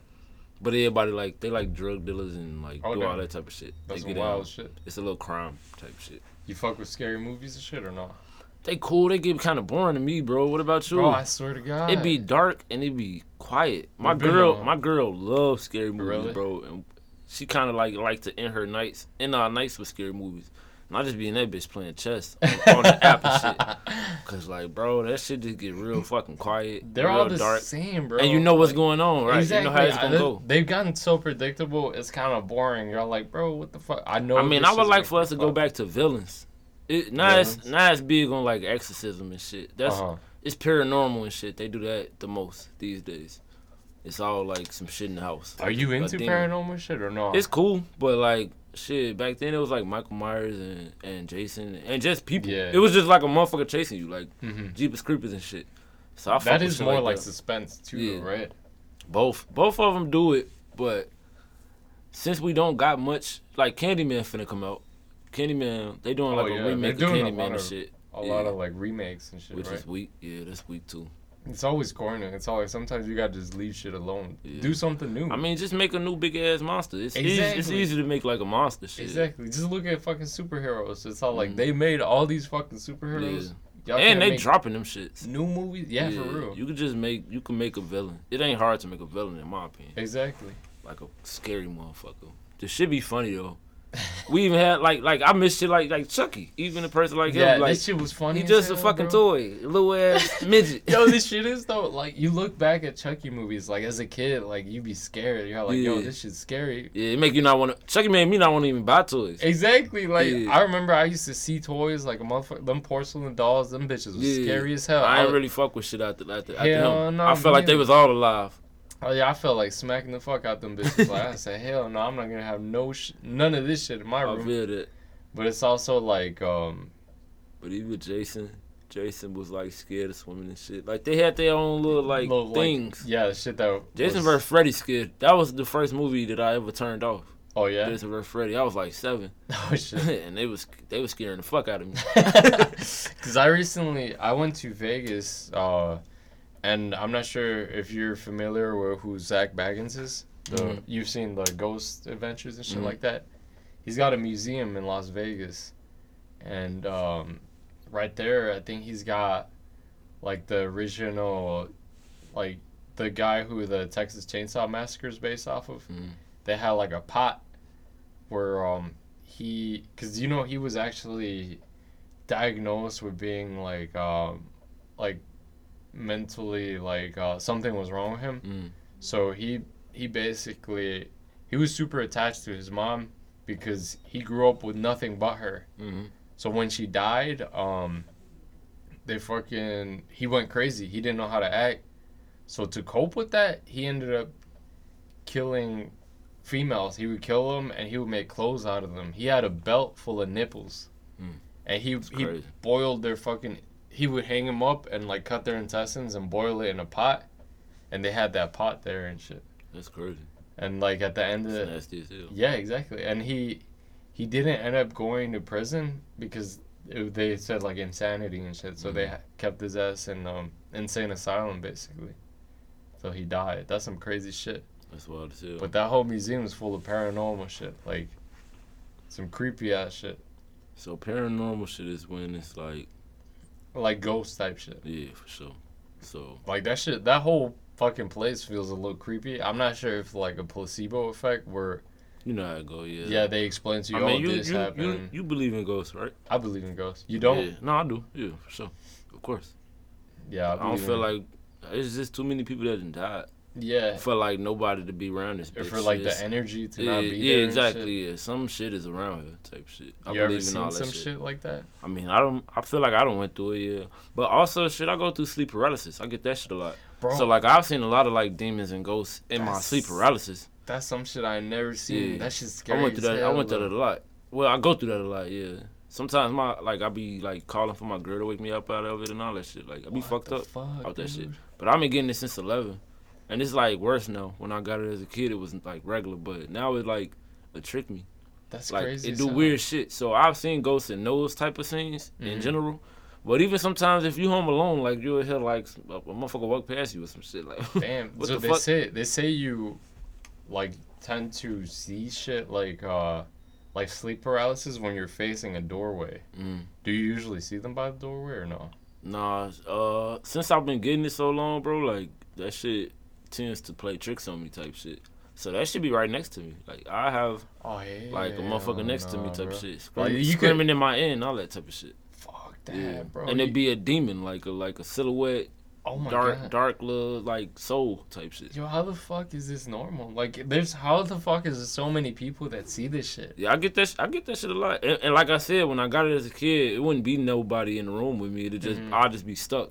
[SPEAKER 4] But everybody like they like drug dealers and like
[SPEAKER 2] Oh,
[SPEAKER 4] do all
[SPEAKER 2] damn.
[SPEAKER 4] that type of shit.
[SPEAKER 2] That's
[SPEAKER 4] they
[SPEAKER 2] some
[SPEAKER 4] get
[SPEAKER 2] wild
[SPEAKER 4] in.
[SPEAKER 2] shit.
[SPEAKER 4] It's a little crime type shit.
[SPEAKER 2] You fuck with scary movies and shit or not?
[SPEAKER 4] They cool. They get kind of boring to me, bro. What about you?
[SPEAKER 2] Bro, I swear to God.
[SPEAKER 4] it be dark and it be quiet. My
[SPEAKER 2] We've been
[SPEAKER 4] girl,
[SPEAKER 2] on-
[SPEAKER 4] my girl loves scary movies,
[SPEAKER 2] Really?
[SPEAKER 4] bro. And she kind of like like to end her nights, end our nights with scary movies. And I just be in that bitch playing chess on, on the app and shit. Cause like, bro, that shit just get real fucking quiet.
[SPEAKER 2] They're
[SPEAKER 4] real
[SPEAKER 2] all the same, bro.
[SPEAKER 4] and you know what's going on, right?
[SPEAKER 2] Exactly.
[SPEAKER 4] You know how it's
[SPEAKER 2] I-
[SPEAKER 4] gonna go.
[SPEAKER 2] They've gotten so predictable. It's kind of boring. You're like, bro, what the fuck? I know.
[SPEAKER 4] I mean,
[SPEAKER 2] this
[SPEAKER 4] I would
[SPEAKER 2] is
[SPEAKER 4] like
[SPEAKER 2] gonna
[SPEAKER 4] for us to go
[SPEAKER 2] fuck.
[SPEAKER 4] back to villains. It, now it's
[SPEAKER 2] Villains?
[SPEAKER 4] now it's big on like exorcism and shit. That's
[SPEAKER 2] Uh-huh.
[SPEAKER 4] it's paranormal and shit. They do that the most these days. It's all like some shit in the house.
[SPEAKER 2] Are you
[SPEAKER 4] A
[SPEAKER 2] into
[SPEAKER 4] demon.
[SPEAKER 2] paranormal shit or no?
[SPEAKER 4] It's cool, but like shit, back then it was like Michael Myers and, and Jason and just people.
[SPEAKER 2] Yeah.
[SPEAKER 4] It was just like a motherfucker chasing you, like
[SPEAKER 2] Mhm.
[SPEAKER 4] Jeepers Creepers and shit. So I fuck
[SPEAKER 2] that
[SPEAKER 4] with
[SPEAKER 2] is
[SPEAKER 4] shit
[SPEAKER 2] more like,
[SPEAKER 4] that.
[SPEAKER 2] suspense too,
[SPEAKER 4] Yeah.
[SPEAKER 2] right?
[SPEAKER 4] Both both of them do it, but since we don't got much, like Candyman finna come out. Candyman, they doing
[SPEAKER 2] Oh,
[SPEAKER 4] like
[SPEAKER 2] yeah,
[SPEAKER 4] a remake
[SPEAKER 2] they're
[SPEAKER 4] of
[SPEAKER 2] doing a lot
[SPEAKER 4] Candyman and
[SPEAKER 2] of-
[SPEAKER 4] shit,
[SPEAKER 2] A
[SPEAKER 4] Yeah.
[SPEAKER 2] lot of like remakes and shit,
[SPEAKER 4] which
[SPEAKER 2] right?
[SPEAKER 4] is weak. Yeah, that's weak too.
[SPEAKER 2] It's always corny. It's always sometimes you gotta just leave shit alone.
[SPEAKER 4] Yeah.
[SPEAKER 2] Do something new.
[SPEAKER 4] I mean, just make a new big ass monster. It's easy. It's
[SPEAKER 2] Exactly.
[SPEAKER 4] easy to make like a monster shit.
[SPEAKER 2] exactly. Just look at fucking superheroes. It's all
[SPEAKER 4] Mm.
[SPEAKER 2] like they made all these fucking superheroes. Y'all can't
[SPEAKER 4] And they
[SPEAKER 2] make
[SPEAKER 4] dropping them shits.
[SPEAKER 2] new movies. Yeah, for
[SPEAKER 4] Yeah,
[SPEAKER 2] real.
[SPEAKER 4] You could just make you can make a villain. It ain't hard to make a villain in my opinion.
[SPEAKER 2] exactly.
[SPEAKER 4] Like a scary motherfucker. This should be funny though. We even had like like I miss shit like like Chucky. Even a person like
[SPEAKER 2] yeah,
[SPEAKER 4] him like
[SPEAKER 2] this shit was funny.
[SPEAKER 4] he
[SPEAKER 2] as
[SPEAKER 4] just a
[SPEAKER 2] hell,
[SPEAKER 4] fucking
[SPEAKER 2] bro.
[SPEAKER 4] toy, little ass midget.
[SPEAKER 2] yo, this shit is though. Like you look back at Chucky movies, like as a kid, like you be scared. You're like, yo,
[SPEAKER 4] Yeah.
[SPEAKER 2] this shit's scary.
[SPEAKER 4] yeah, it make you not want to. Chucky made me not want to even buy toys.
[SPEAKER 2] Exactly. Like
[SPEAKER 4] Yeah.
[SPEAKER 2] I remember, I used to see toys like a motherfucker. Them porcelain dolls, them bitches was
[SPEAKER 4] Yeah.
[SPEAKER 2] scary as hell.
[SPEAKER 4] I
[SPEAKER 2] I,
[SPEAKER 4] ain't really fuck with shit after after, after
[SPEAKER 2] Hell
[SPEAKER 4] him.
[SPEAKER 2] no,
[SPEAKER 4] I felt like they
[SPEAKER 2] neither.
[SPEAKER 4] was all alive.
[SPEAKER 2] oh yeah, I felt like smacking the fuck out them bitches. like I said, hell no, I'm not gonna have no sh- none of this shit in my
[SPEAKER 4] I
[SPEAKER 2] room.
[SPEAKER 4] feel that.
[SPEAKER 2] But it's also like, um,
[SPEAKER 4] But even Jason, Jason was like scared of swimming and shit. Like they had their own little like
[SPEAKER 2] little, like-
[SPEAKER 4] things.
[SPEAKER 2] yeah, the shit that
[SPEAKER 4] Jason
[SPEAKER 2] was-
[SPEAKER 4] vs. Freddy scared. That was the first movie that I ever turned off.
[SPEAKER 2] Oh yeah.
[SPEAKER 4] Jason vs. Freddy. I was like seven,
[SPEAKER 2] Oh shit.
[SPEAKER 4] and they was they was scaring the fuck out of me.
[SPEAKER 2] Because I recently I went to Vegas, uh, and I'm not sure if you're familiar with who Zach Baggins is. The
[SPEAKER 4] Mhm.
[SPEAKER 2] you've seen the Ghost Adventures and shit
[SPEAKER 4] Mhm.
[SPEAKER 2] like that. He's got a museum in Las Vegas, and um, right there I think he's got like the original, like the guy who the Texas Chainsaw Massacre is based off of.
[SPEAKER 4] Mhm.
[SPEAKER 2] They had like a pot where um he, cause you know he was actually diagnosed with being like um like mentally like uh, something was wrong with him
[SPEAKER 4] Mm.
[SPEAKER 2] so he he basically he was super attached to his mom because he grew up with nothing but her
[SPEAKER 4] Mhm.
[SPEAKER 2] so when she died um they fucking he went crazy he didn't know how to act so to cope with that he ended up killing females he would kill them and he would make clothes out of them he had a belt full of nipples
[SPEAKER 4] Mm.
[SPEAKER 2] and he he
[SPEAKER 4] crazy.
[SPEAKER 2] boiled their fucking he would hang them up and like cut their intestines and boil it in a pot and they had that pot there and shit
[SPEAKER 4] That's crazy.
[SPEAKER 2] and like at the end of
[SPEAKER 4] That's
[SPEAKER 2] it
[SPEAKER 4] nasty as hell.
[SPEAKER 2] yeah exactly and he he didn't end up going to prison because it, they said like insanity and shit so they
[SPEAKER 4] Mm.
[SPEAKER 2] ha- kept his ass in um insane asylum basically so he died that's some crazy shit
[SPEAKER 4] That's wild as hell.
[SPEAKER 2] but that whole museum is full of paranormal shit like some creepy ass shit
[SPEAKER 4] so paranormal shit is when it's like
[SPEAKER 2] like ghost type shit
[SPEAKER 4] yeah for sure. So
[SPEAKER 2] Like that shit, that whole fucking place feels a little creepy. I'm not sure if like a placebo effect where
[SPEAKER 4] you know how it go. Yeah.
[SPEAKER 2] yeah they explain to you
[SPEAKER 4] I
[SPEAKER 2] oh
[SPEAKER 4] mean, you
[SPEAKER 2] this
[SPEAKER 4] you,
[SPEAKER 2] happened.
[SPEAKER 4] you you believe in ghosts, right?
[SPEAKER 2] I believe in ghosts. You don't?
[SPEAKER 4] Yeah.
[SPEAKER 2] Yeah,
[SPEAKER 4] No, I do. Yeah, for sure. Of course.
[SPEAKER 2] I,
[SPEAKER 4] I don't
[SPEAKER 2] believe
[SPEAKER 4] feel
[SPEAKER 2] in-
[SPEAKER 4] like it's just too many people that done died.
[SPEAKER 2] yeah
[SPEAKER 4] for like nobody to be around this
[SPEAKER 2] or
[SPEAKER 4] bitch.
[SPEAKER 2] for like the
[SPEAKER 4] It's-
[SPEAKER 2] energy to
[SPEAKER 4] yeah,
[SPEAKER 2] not be
[SPEAKER 4] yeah,
[SPEAKER 2] there. and shit.
[SPEAKER 4] exactly. Yeah, some shit is around here, type shit. I
[SPEAKER 2] you
[SPEAKER 4] believe
[SPEAKER 2] ever
[SPEAKER 4] in
[SPEAKER 2] seen
[SPEAKER 4] all that
[SPEAKER 2] some
[SPEAKER 4] shit.
[SPEAKER 2] shit. like that?
[SPEAKER 4] I mean, I don't. I feel like I don't went through it. Yeah, but also shit, I go through sleep paralysis. I get that shit a lot.
[SPEAKER 2] Bro,
[SPEAKER 4] So like I've seen a lot of like demons and ghosts in my
[SPEAKER 2] That's-
[SPEAKER 4] sleep paralysis.
[SPEAKER 2] that's some shit I never seen.
[SPEAKER 4] Yeah.
[SPEAKER 2] That shit's scary.
[SPEAKER 4] I went through
[SPEAKER 2] as
[SPEAKER 4] that. I
[SPEAKER 2] hell,
[SPEAKER 4] went through
[SPEAKER 2] though.
[SPEAKER 4] that a lot. Well, I go through that a lot. Yeah. Sometimes my like I be like calling for my girl to wake me up out of it and all that shit. Like I be fucked
[SPEAKER 2] the
[SPEAKER 4] up
[SPEAKER 2] fuck,
[SPEAKER 4] out that shit.
[SPEAKER 2] dude?
[SPEAKER 4] But I've been getting it since eleven, and it's like worse now. When I got it as a kid, it was like regular, but now it like it tricked me.
[SPEAKER 2] That's
[SPEAKER 4] like
[SPEAKER 2] crazy.
[SPEAKER 4] it
[SPEAKER 2] as
[SPEAKER 4] do
[SPEAKER 2] hell.
[SPEAKER 4] weird shit. So I've seen ghosts in those type of scenes
[SPEAKER 2] Mm-hmm.
[SPEAKER 4] in general. But even sometimes if you home alone, like you'll hear like a, a motherfucker walk past you or some shit. Like
[SPEAKER 2] Damn.
[SPEAKER 4] what
[SPEAKER 2] so
[SPEAKER 4] the
[SPEAKER 2] they
[SPEAKER 4] fuck?
[SPEAKER 2] say they say you like tend to see shit like uh like sleep paralysis when you're facing a doorway.
[SPEAKER 4] Mm.
[SPEAKER 2] Do you usually see them by the doorway or no?
[SPEAKER 4] Nah, uh, since I've been getting it so long, bro, like that shit tends to play tricks on me, type shit. So that should be right next to me. Like I have
[SPEAKER 2] Oh yeah.
[SPEAKER 4] like a motherfucker next to me,
[SPEAKER 2] Oh, nah,
[SPEAKER 4] type
[SPEAKER 2] bro.
[SPEAKER 4] shit. Screaming,
[SPEAKER 2] Like, you could-
[SPEAKER 4] screaming in my ear and all that type of shit.
[SPEAKER 2] Fuck that,
[SPEAKER 4] Yeah,
[SPEAKER 2] bro.
[SPEAKER 4] and
[SPEAKER 2] You-
[SPEAKER 4] it'd be a demon, like a like a silhouette,
[SPEAKER 2] oh my
[SPEAKER 4] dark
[SPEAKER 2] God.
[SPEAKER 4] dark little like soul type shit.
[SPEAKER 2] Yo, how the fuck is this normal? Like, there's how the fuck is there so many people that see this shit?
[SPEAKER 4] Yeah, I get that. sh- I get that shit a lot. And, and like I said, when I got it as a kid, it wouldn't be nobody in the room with me. It just
[SPEAKER 2] Mhm.
[SPEAKER 4] I'd just be stuck.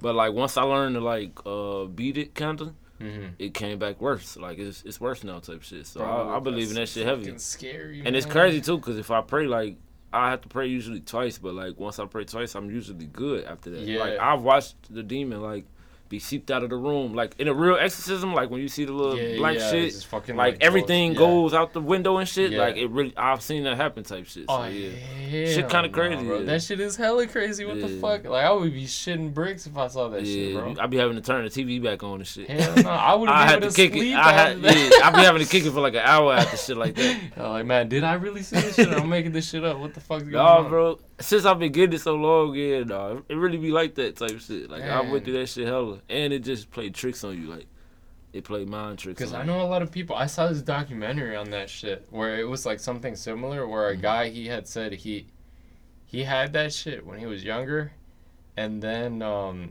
[SPEAKER 4] But like once I learned to like uh beat it, kinda.
[SPEAKER 2] Mm-hmm.
[SPEAKER 4] it came back worse. Like it's it's worse now, type shit. So I, I believe in that shit heavy.
[SPEAKER 2] Scary,
[SPEAKER 4] And it's
[SPEAKER 2] man.
[SPEAKER 4] crazy too, cause if I pray, like I have to pray usually twice, but like once I pray twice, I'm usually good after that.
[SPEAKER 2] Yeah.
[SPEAKER 4] Like I've watched the demon like be seeped out of the room, like in a real exorcism, like when you see the little
[SPEAKER 2] Yeah,
[SPEAKER 4] black
[SPEAKER 2] yeah, it's
[SPEAKER 4] shit.
[SPEAKER 2] just fucking,
[SPEAKER 4] Like
[SPEAKER 2] gross.
[SPEAKER 4] everything
[SPEAKER 2] Yeah.
[SPEAKER 4] goes out the window and shit.
[SPEAKER 2] Yeah.
[SPEAKER 4] Like it really, I've seen that happen. Type shit. So,
[SPEAKER 2] Oh
[SPEAKER 4] yeah.
[SPEAKER 2] yeah,
[SPEAKER 4] Shit kinda crazy, yeah.
[SPEAKER 2] That shit is hella crazy. What the
[SPEAKER 4] Yeah.
[SPEAKER 2] fuck? Like I would be shitting bricks if I saw that shit,
[SPEAKER 4] Yeah,
[SPEAKER 2] bro.
[SPEAKER 4] you- I be having to turn the TV back on and shit.
[SPEAKER 2] Hell no, I would
[SPEAKER 4] I
[SPEAKER 2] have
[SPEAKER 4] had
[SPEAKER 2] been
[SPEAKER 4] to
[SPEAKER 2] able to
[SPEAKER 4] kick it.
[SPEAKER 2] sleep
[SPEAKER 4] I had,
[SPEAKER 2] after
[SPEAKER 4] yeah,
[SPEAKER 2] that.
[SPEAKER 4] I be having to kick it for like an hour after shit like that.
[SPEAKER 2] I'm like, man, did I really see this shit? I'm making this shit up. What the fuck's going
[SPEAKER 4] Nah,
[SPEAKER 2] on,
[SPEAKER 4] bro. Since I've been getting it so long, yeah, nah, it really be like that type of shit. Like I
[SPEAKER 2] Man.
[SPEAKER 4] went through that shit hella, and it just played tricks on you. Like it played mind tricks.
[SPEAKER 2] Because
[SPEAKER 4] on
[SPEAKER 2] I
[SPEAKER 4] you.
[SPEAKER 2] know a lot of people. I saw this documentary on that shit where it was like something similar, where a guy he had said he he had that shit when he was younger, and then um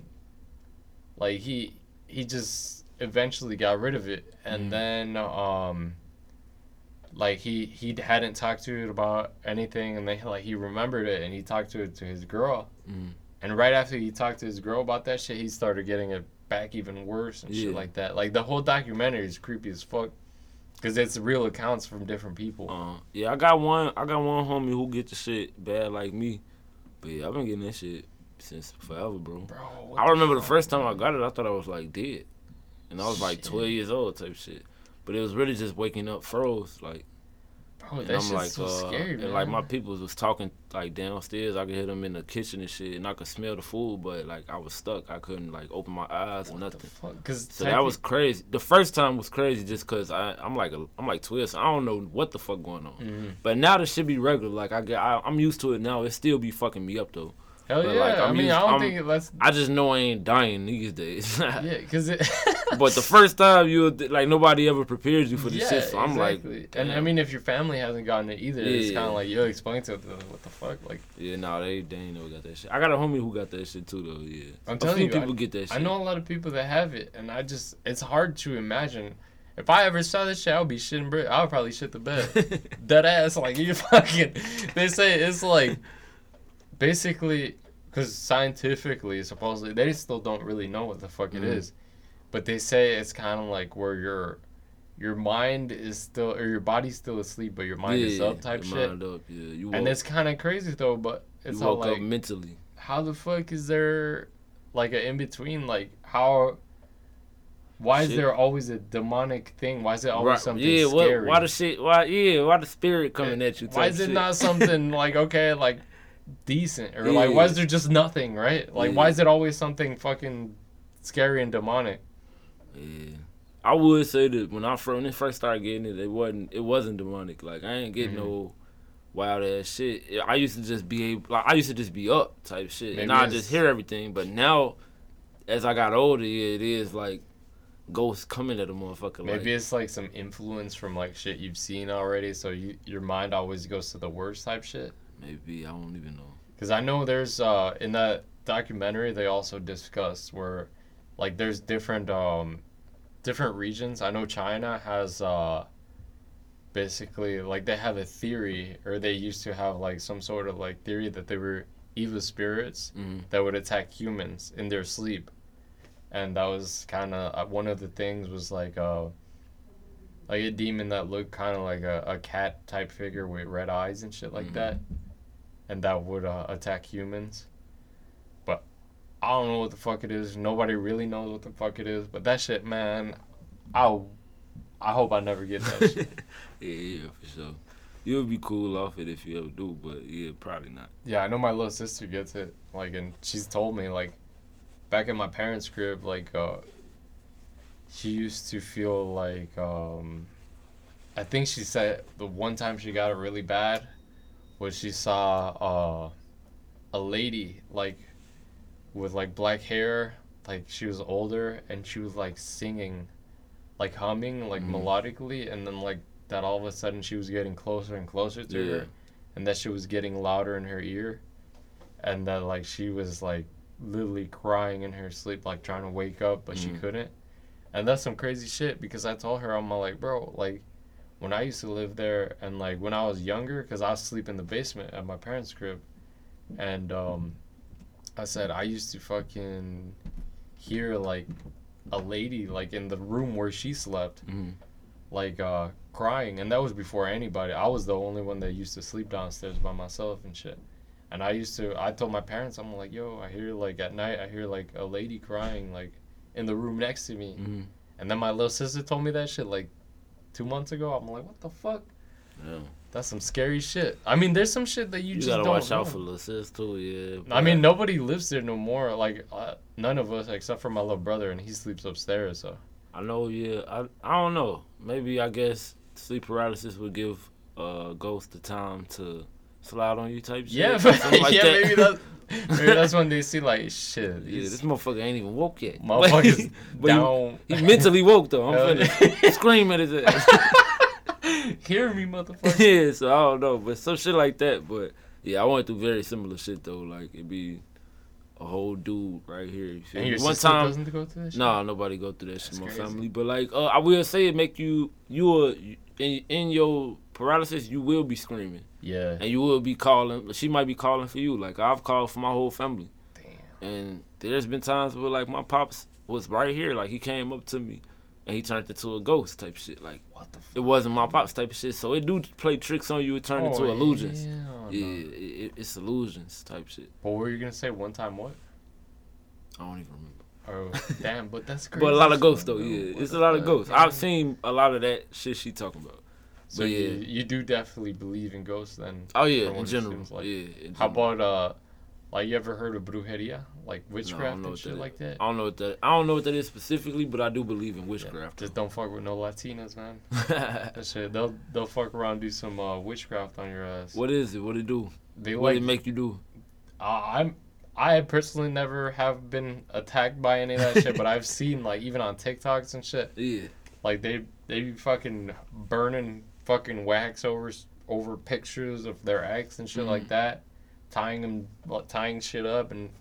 [SPEAKER 2] like he he just eventually got rid of it, and then um like he he hadn't talked to it about anything, and then like he remembered it, and he talked to it to his girl,
[SPEAKER 4] Mhm.
[SPEAKER 2] and right after he talked to his girl about that shit, he started getting it back even worse and shit
[SPEAKER 4] Yeah.
[SPEAKER 2] like that. Like the whole documentary is creepy as fuck because it's real accounts from different people.
[SPEAKER 4] Uh, yeah, I got one. I got one homie who get the shit bad like me, but yeah, I've been getting that shit since forever, bro.
[SPEAKER 2] Bro, what
[SPEAKER 4] I
[SPEAKER 2] the
[SPEAKER 4] remember the
[SPEAKER 2] fuck?
[SPEAKER 4] first time I got it, I thought I was like dead, and I was like
[SPEAKER 2] Shit.
[SPEAKER 4] 12 years old type shit. But it was really just waking up froze, like.
[SPEAKER 2] Bro,
[SPEAKER 4] And
[SPEAKER 2] that
[SPEAKER 4] I'm
[SPEAKER 2] shit's
[SPEAKER 4] like,
[SPEAKER 2] so
[SPEAKER 4] uh,
[SPEAKER 2] scary, man.
[SPEAKER 4] and like my people was talking like downstairs. I could hear them in the kitchen and shit, and I could smell the food, but like I was stuck. I couldn't like open my eyes or
[SPEAKER 2] what the
[SPEAKER 4] nothing.
[SPEAKER 2] fuck? Because
[SPEAKER 4] So that was crazy. The first time was crazy just cause I I'm like a, I'm like twelve. So I don't know what the fuck going
[SPEAKER 2] Hmm.
[SPEAKER 4] on.
[SPEAKER 2] Mm-hmm.
[SPEAKER 4] But now this shit be regular. Like I get I, I'm used to it now. It still be fucking me up though.
[SPEAKER 2] hell yeah.
[SPEAKER 4] but, like,
[SPEAKER 2] I
[SPEAKER 4] I'm
[SPEAKER 2] mean,
[SPEAKER 4] used-
[SPEAKER 2] I don't
[SPEAKER 4] I'm-
[SPEAKER 2] think it lets.
[SPEAKER 4] I just know I ain't dying these days.
[SPEAKER 2] Yeah, because it.
[SPEAKER 4] but the first time you like nobody ever prepared you for this shit. So I'm like,
[SPEAKER 2] and I
[SPEAKER 4] damn.
[SPEAKER 2] mean, if your family hasn't gotten it either, it's
[SPEAKER 4] Yeah.
[SPEAKER 2] kind of like yo, explain to them what the fuck. Like,
[SPEAKER 4] Yeah, no, they they ain't never got that shit. I got a homie who got that shit too, though. Yeah,
[SPEAKER 2] I'm
[SPEAKER 4] a
[SPEAKER 2] telling
[SPEAKER 4] few
[SPEAKER 2] you, I-
[SPEAKER 4] people get that shit.
[SPEAKER 2] I know a lot of people that have it, and I just it's hard to imagine. If I ever saw this shit, I would be shitting brick. I would probably shit the bed. Dead ass, like you fucking. They say it's like, basically, because scientifically, supposedly, they still don't really know what the fuck it
[SPEAKER 4] Mhm.
[SPEAKER 2] is, but they say it's kind of like where your, your mind is still or your body's still asleep, but your mind is
[SPEAKER 4] Yeah,
[SPEAKER 2] up type
[SPEAKER 4] your
[SPEAKER 2] shit.
[SPEAKER 4] Mind up, yeah. You woke,
[SPEAKER 2] And it's kind of crazy though, but
[SPEAKER 4] you
[SPEAKER 2] it's all
[SPEAKER 4] woke
[SPEAKER 2] like
[SPEAKER 4] up mentally.
[SPEAKER 2] how the fuck is there like a in between like how why is
[SPEAKER 4] Shit.
[SPEAKER 2] there always a demonic thing why is it always
[SPEAKER 4] Right,
[SPEAKER 2] something
[SPEAKER 4] yeah, what-
[SPEAKER 2] scary
[SPEAKER 4] why the shit? Why yeah? Why the spirit coming at you?
[SPEAKER 2] why
[SPEAKER 4] type
[SPEAKER 2] is it
[SPEAKER 4] shit?
[SPEAKER 2] not something like okay like decent or like why is
[SPEAKER 4] Yeah.
[SPEAKER 2] there just nothing right like why
[SPEAKER 4] Yeah.
[SPEAKER 2] is it always something fucking scary and demonic
[SPEAKER 4] Yeah. I would say that when I first, when it first started getting it, it wasn't it wasn't demonic. Like I ain't get
[SPEAKER 2] Mm-hmm.
[SPEAKER 4] no wild ass shit. It- I used to just be able, like I used to just be up type shit,
[SPEAKER 2] Maybe
[SPEAKER 4] and I
[SPEAKER 2] it's-
[SPEAKER 4] just hear everything. But now, as I got older, yeah, it is like ghosts coming at a motherfucker.
[SPEAKER 2] maybe
[SPEAKER 4] like,
[SPEAKER 2] it's like some influence from like shit you've seen already so you, your mind always goes to the worst type shit
[SPEAKER 4] maybe I don't even know.
[SPEAKER 2] Because I know there's uh, in that documentary they also discussed where, like, there's different um, different regions. I know China has uh, basically like they have a theory, or they used to have like some sort of like theory that they were evil spirits
[SPEAKER 4] Mhm.
[SPEAKER 2] that would attack humans in their sleep. and that was kind of one of the things was like uh like a demon that looked kind of like a, a cat type figure with red eyes and shit like that and that would uh, attack humans but i don't know what the fuck it is nobody really knows what the fuck it is but that shit man i i hope i never get that shit
[SPEAKER 4] Yeah, yeah, for sure. You'll be cool off it if you ever do, but yeah, probably not.
[SPEAKER 2] Yeah, I know my little sister gets it. Like, and she's told me like, back in my parents' crib, like, uh, she used to feel like, um, I think she said the one time she got it really bad was she saw uh, a lady like with like black hair, like she was older, and she was like singing, like humming, like melodically, and then like that all of a sudden she was getting closer and closer to
[SPEAKER 4] Yeah.
[SPEAKER 2] her and that shit was getting louder in her ear and that like she was like literally crying in her sleep like trying to wake up but she
[SPEAKER 4] Mm.
[SPEAKER 2] couldn't and that's some crazy shit because i told her i'm like bro like when i used to live there and like when i was younger because i sleep in the basement at my parents crib and um i said i used to fucking hear like a lady like in the room where she slept
[SPEAKER 4] Mhm.
[SPEAKER 2] like uh crying and that was before anybody i was the only one that used to sleep downstairs by myself and shit and i used to i told my parents i'm like yo i hear like at night i hear like a lady crying like in the room next to me
[SPEAKER 4] Mhm.
[SPEAKER 2] and then my little sister told me that shit like two months ago i'm like what the fuck
[SPEAKER 4] Yeah.
[SPEAKER 2] that's some scary shit i mean there's some shit that you,
[SPEAKER 4] You,
[SPEAKER 2] just
[SPEAKER 4] gotta
[SPEAKER 2] don't
[SPEAKER 4] watch out
[SPEAKER 2] know.
[SPEAKER 4] for little sis too. Yeah.
[SPEAKER 2] I
[SPEAKER 4] but-
[SPEAKER 2] mean, nobody lives there no more. Like, uh, none of us except for my little brother, and he sleeps upstairs. So,
[SPEAKER 4] I know. Yeah. I I don't know. Maybe I guess sleep paralysis would give uh ghost the time to slide on you type shit.
[SPEAKER 2] yeah,
[SPEAKER 4] or
[SPEAKER 2] but,
[SPEAKER 4] something like
[SPEAKER 2] yeah,
[SPEAKER 4] that.
[SPEAKER 2] maybe that's maybe that's when they see like shit.
[SPEAKER 4] Yeah, this
[SPEAKER 2] These
[SPEAKER 4] motherfucker ain't even woke yet.
[SPEAKER 2] motherfuckers
[SPEAKER 4] But he-
[SPEAKER 2] down.
[SPEAKER 4] He mentally woke though.
[SPEAKER 2] Hell
[SPEAKER 4] I'm finna scream at his ass.
[SPEAKER 2] Hear me, motherfucker.
[SPEAKER 4] yeah, so I don't know, but some shit like that. But yeah, I went through very similar shit though. Like it'd be a whole dude right here. you feel
[SPEAKER 2] and
[SPEAKER 4] me?
[SPEAKER 2] your
[SPEAKER 4] One
[SPEAKER 2] sister
[SPEAKER 4] time,
[SPEAKER 2] doesn't go to this.
[SPEAKER 4] nah, nobody go through that shit.
[SPEAKER 2] That's
[SPEAKER 4] in My
[SPEAKER 2] crazy.
[SPEAKER 4] family, but like, uh, I will say it make you you are in in your paralysis. You will be screaming
[SPEAKER 2] Yeah.
[SPEAKER 4] and you will be calling. She might be calling for you. Like I've called for my whole family.
[SPEAKER 2] Damn.
[SPEAKER 4] And there's been times where like my pops was right here, like he came up to me and he turned into a ghost type shit. Like
[SPEAKER 2] What the fuck?
[SPEAKER 4] it wasn't my pops type of shit. So it do play tricks on you, it turn
[SPEAKER 2] Oh,
[SPEAKER 4] into illusions. Yeah, it, it, it's illusions type shit.
[SPEAKER 2] But what were you gonna say? One time what?
[SPEAKER 4] I don't even remember.
[SPEAKER 2] Oh, damn. But that's crazy.
[SPEAKER 4] But a lot of ghosts
[SPEAKER 2] shit,
[SPEAKER 4] though,
[SPEAKER 2] bro.
[SPEAKER 4] yeah.
[SPEAKER 2] What
[SPEAKER 4] It's
[SPEAKER 2] the
[SPEAKER 4] a lot of
[SPEAKER 2] fuck?
[SPEAKER 4] ghosts. I've seen a lot of that shit she talking about.
[SPEAKER 2] So
[SPEAKER 4] but
[SPEAKER 2] you,
[SPEAKER 4] yeah.
[SPEAKER 2] you do definitely believe in ghosts then.
[SPEAKER 4] Oh
[SPEAKER 2] from
[SPEAKER 4] yeah,
[SPEAKER 2] what
[SPEAKER 4] in
[SPEAKER 2] it
[SPEAKER 4] general.
[SPEAKER 2] seems like.
[SPEAKER 4] yeah. in
[SPEAKER 2] How
[SPEAKER 4] general.
[SPEAKER 2] about uh, like you ever heard of brujeria, like
[SPEAKER 4] No, I don't
[SPEAKER 2] witchcraft
[SPEAKER 4] know
[SPEAKER 2] and
[SPEAKER 4] what
[SPEAKER 2] shit
[SPEAKER 4] that
[SPEAKER 2] like
[SPEAKER 4] I
[SPEAKER 2] that?
[SPEAKER 4] don't know what that I don't know what that is specifically, but I do believe in
[SPEAKER 2] Yeah.
[SPEAKER 4] witchcraft.
[SPEAKER 2] Just don't fuck with no Latinas, man. That shit, they'll they'll fuck around, do some uh, witchcraft on your ass.
[SPEAKER 4] what is it? What it do?
[SPEAKER 2] They
[SPEAKER 4] What it
[SPEAKER 2] like
[SPEAKER 4] make you do?
[SPEAKER 2] Uh, I'm I personally never have been attacked by any of that shit, but I've seen like even on TikToks and shit,
[SPEAKER 4] Yeah.
[SPEAKER 2] like they they be fucking burning fucking wax over s- over pictures of their ex and shit
[SPEAKER 4] Mm.
[SPEAKER 2] like that, tying them tying shit up and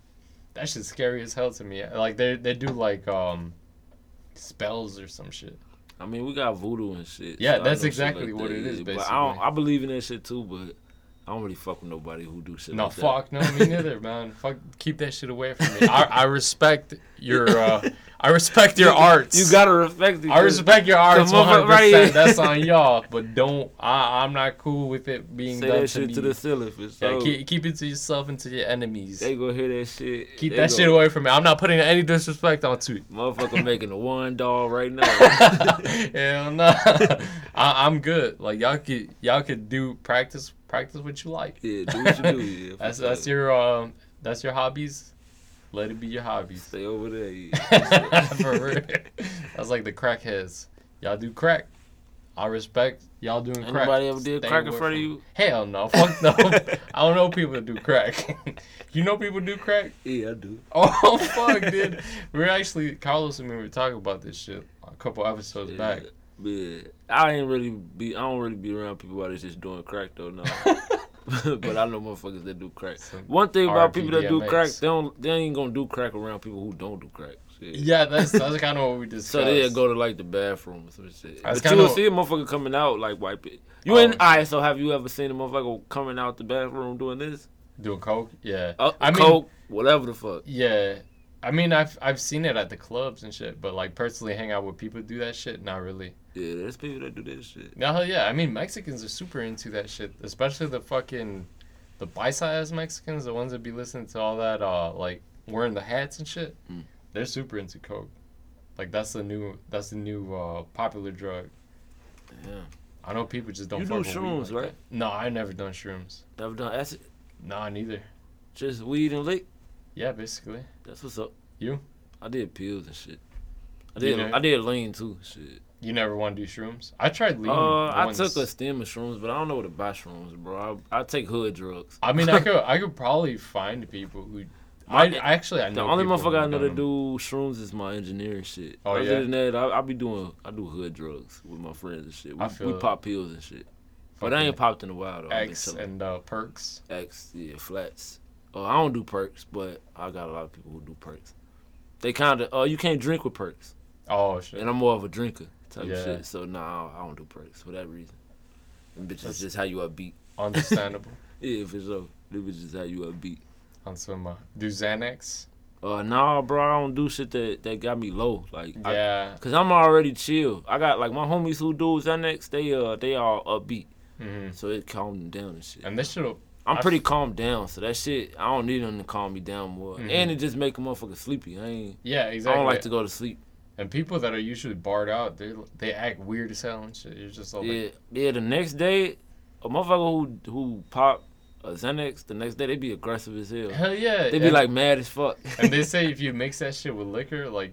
[SPEAKER 2] that shit's scary as hell to me. Like they they do like um spells or some shit.
[SPEAKER 4] I mean, we got voodoo and shit.
[SPEAKER 2] Yeah,
[SPEAKER 4] so I
[SPEAKER 2] that's
[SPEAKER 4] know shit
[SPEAKER 2] exactly what it
[SPEAKER 4] yeah,
[SPEAKER 2] is,
[SPEAKER 4] But I, don't,
[SPEAKER 2] basically.
[SPEAKER 4] I believe in that shit too, but I don't really fuck with nobody who do shit.
[SPEAKER 2] No,
[SPEAKER 4] like that.
[SPEAKER 2] fuck, no, me neither, man. Fuck, keep that shit away from me. I, I respect your, uh, I respect your arts.
[SPEAKER 4] You gotta respect. it,
[SPEAKER 2] I
[SPEAKER 4] 'cause
[SPEAKER 2] respect your arts
[SPEAKER 4] The motherfucker
[SPEAKER 2] 100%.
[SPEAKER 4] right here.
[SPEAKER 2] That's on y'all, but don't. I, I'm not cool with it being
[SPEAKER 4] Say
[SPEAKER 2] done
[SPEAKER 4] that
[SPEAKER 2] to
[SPEAKER 4] shit
[SPEAKER 2] me.
[SPEAKER 4] to the ceiling for
[SPEAKER 2] yeah,
[SPEAKER 4] sure.
[SPEAKER 2] keep, keep it to yourself and to your enemies.
[SPEAKER 4] they gonna hear that shit.
[SPEAKER 2] keep
[SPEAKER 4] They
[SPEAKER 2] that
[SPEAKER 4] gonna-
[SPEAKER 2] shit away from me. I'm not putting any disrespect onto it.
[SPEAKER 4] Motherfucker making a one doll right now.
[SPEAKER 2] Hell no. I, I'm good. Like y'all could y'all could do practice practice what you like.
[SPEAKER 4] yeah, do what you do. Yeah, for
[SPEAKER 2] That's
[SPEAKER 4] sure.
[SPEAKER 2] that's your um that's your hobbies. Let it be your hobbies.
[SPEAKER 4] Stay over there. Yeah.
[SPEAKER 2] For real. That's like the crackheads. Y'all do crack. I respect y'all doing crack.
[SPEAKER 4] Anybody ever did
[SPEAKER 2] Stay
[SPEAKER 4] crack in
[SPEAKER 2] away
[SPEAKER 4] front of
[SPEAKER 2] from-
[SPEAKER 4] you?
[SPEAKER 2] Hell no. Fuck no. I don't know people that do crack. you know people do crack?
[SPEAKER 4] yeah, I do.
[SPEAKER 2] Oh fuck, dude. We were actually Carlos and me were talking about this shit a couple episodes
[SPEAKER 4] Yeah.
[SPEAKER 2] back.
[SPEAKER 4] Yeah, I ain't really be. I don't really be around people that just doing crack though. No, but I know motherfuckers that do crack.
[SPEAKER 2] Some
[SPEAKER 4] One thing about people that do
[SPEAKER 2] RPDMX.
[SPEAKER 4] crack, they don't. They ain't gonna do crack around people who don't do crack. Shit.
[SPEAKER 2] Yeah, that's that's kind of what we discussed.
[SPEAKER 4] So they'll go to like the bathroom or some shit.
[SPEAKER 2] That's
[SPEAKER 4] but you will
[SPEAKER 2] kinda-
[SPEAKER 4] see a motherfucker coming out like wipe it. You
[SPEAKER 2] Oh,
[SPEAKER 4] ain't.
[SPEAKER 2] shit.
[SPEAKER 4] Alright, so have you ever seen a motherfucker coming out the bathroom doing this?
[SPEAKER 2] doing coke. Yeah,
[SPEAKER 4] Uh,
[SPEAKER 2] I mean,
[SPEAKER 4] coke, whatever the fuck.
[SPEAKER 2] yeah. I mean, I've I've seen it at the clubs and shit, but like personally, hang out with people who do that shit, not really.
[SPEAKER 4] Yeah, there's people that do this shit.
[SPEAKER 2] No, hell Uh-huh, yeah. I mean, Mexicans are super into that shit, especially the fucking the bicep Mexicans, the ones that be listening to all that, uh, like wearing the hats and shit.
[SPEAKER 4] Mm.
[SPEAKER 2] They're super into coke. Like that's the new that's the new uh, popular drug.
[SPEAKER 4] Yeah.
[SPEAKER 2] I know people just don't.
[SPEAKER 4] You
[SPEAKER 2] fuck
[SPEAKER 4] do
[SPEAKER 2] with weed
[SPEAKER 4] shrooms,
[SPEAKER 2] like
[SPEAKER 4] right?
[SPEAKER 2] that. No, I never done shrooms.
[SPEAKER 4] Never done acid.
[SPEAKER 2] Nah, neither.
[SPEAKER 4] Just weed and lick.
[SPEAKER 2] Yeah, basically.
[SPEAKER 4] That's what's up.
[SPEAKER 2] You?
[SPEAKER 4] I did pills and shit. I
[SPEAKER 2] You
[SPEAKER 4] did.
[SPEAKER 2] know-
[SPEAKER 4] I did lean too. Shit.
[SPEAKER 2] You never want to do shrooms? I tried lean.
[SPEAKER 4] Uh, I
[SPEAKER 2] once.
[SPEAKER 4] took a stem of shrooms, but I don't know what to buy shrooms, bro. I, I take hood drugs.
[SPEAKER 2] I mean, I could I could probably find people who. I
[SPEAKER 4] My-
[SPEAKER 2] actually I
[SPEAKER 4] the
[SPEAKER 2] know
[SPEAKER 4] only
[SPEAKER 2] people who
[SPEAKER 4] motherfucker I
[SPEAKER 2] have
[SPEAKER 4] know
[SPEAKER 2] done
[SPEAKER 4] that
[SPEAKER 2] them.
[SPEAKER 4] do shrooms is my engineering shit.
[SPEAKER 2] Oh,
[SPEAKER 4] Other
[SPEAKER 2] yeah?
[SPEAKER 4] than that, I, I be doing I do hood drugs with my friends and shit. We,
[SPEAKER 2] I feel
[SPEAKER 4] we
[SPEAKER 2] it.
[SPEAKER 4] pop pills and shit. But I
[SPEAKER 2] Fucking
[SPEAKER 4] ain't popped in a while though. I've been
[SPEAKER 2] X
[SPEAKER 4] chilling.
[SPEAKER 2] and uh, perks.
[SPEAKER 4] X, yeah, flats. Oh, I don't do perks, but I got a lot of people who do perks. They kind of, oh, you can't drink with perks,
[SPEAKER 2] Oh shit.
[SPEAKER 4] and I'm more of a drinker type
[SPEAKER 2] Yeah.
[SPEAKER 4] shit. So nah, I don't- I don't do perks for that reason. Them bitches
[SPEAKER 2] That's-
[SPEAKER 4] just how you upbeat.
[SPEAKER 2] Understandable.
[SPEAKER 4] Yeah, for sure. Them bitches just how you upbeat.
[SPEAKER 2] On some uh, do Xanax.
[SPEAKER 4] Uh, nah, bro, I don't do shit that that got me low. Like, I-
[SPEAKER 2] Yeah.
[SPEAKER 4] Cause I'm already chill. I got like my homies who do Xanax. They uh they all upbeat,
[SPEAKER 2] hmm
[SPEAKER 4] so it calmed them down and shit.
[SPEAKER 2] And this shit'll
[SPEAKER 4] I'm
[SPEAKER 2] I
[SPEAKER 4] pretty calmed down, so that shit I don't need them to calm me down more.
[SPEAKER 2] Mhm.
[SPEAKER 4] And it just make a motherfucker sleepy. I ain't.
[SPEAKER 2] yeah
[SPEAKER 4] I
[SPEAKER 2] exactly.
[SPEAKER 4] don't like to go to sleep.
[SPEAKER 2] And people that are usually barred out, they they act weird as hell and shit. You're just all
[SPEAKER 4] Yeah,
[SPEAKER 2] like,
[SPEAKER 4] yeah. The next day, a motherfucker who who pop a Xanax, the next day they be aggressive as hell.
[SPEAKER 2] hell yeah.
[SPEAKER 4] They be
[SPEAKER 2] and,
[SPEAKER 4] like mad as fuck.
[SPEAKER 2] and they say if you mix that shit with liquor, like,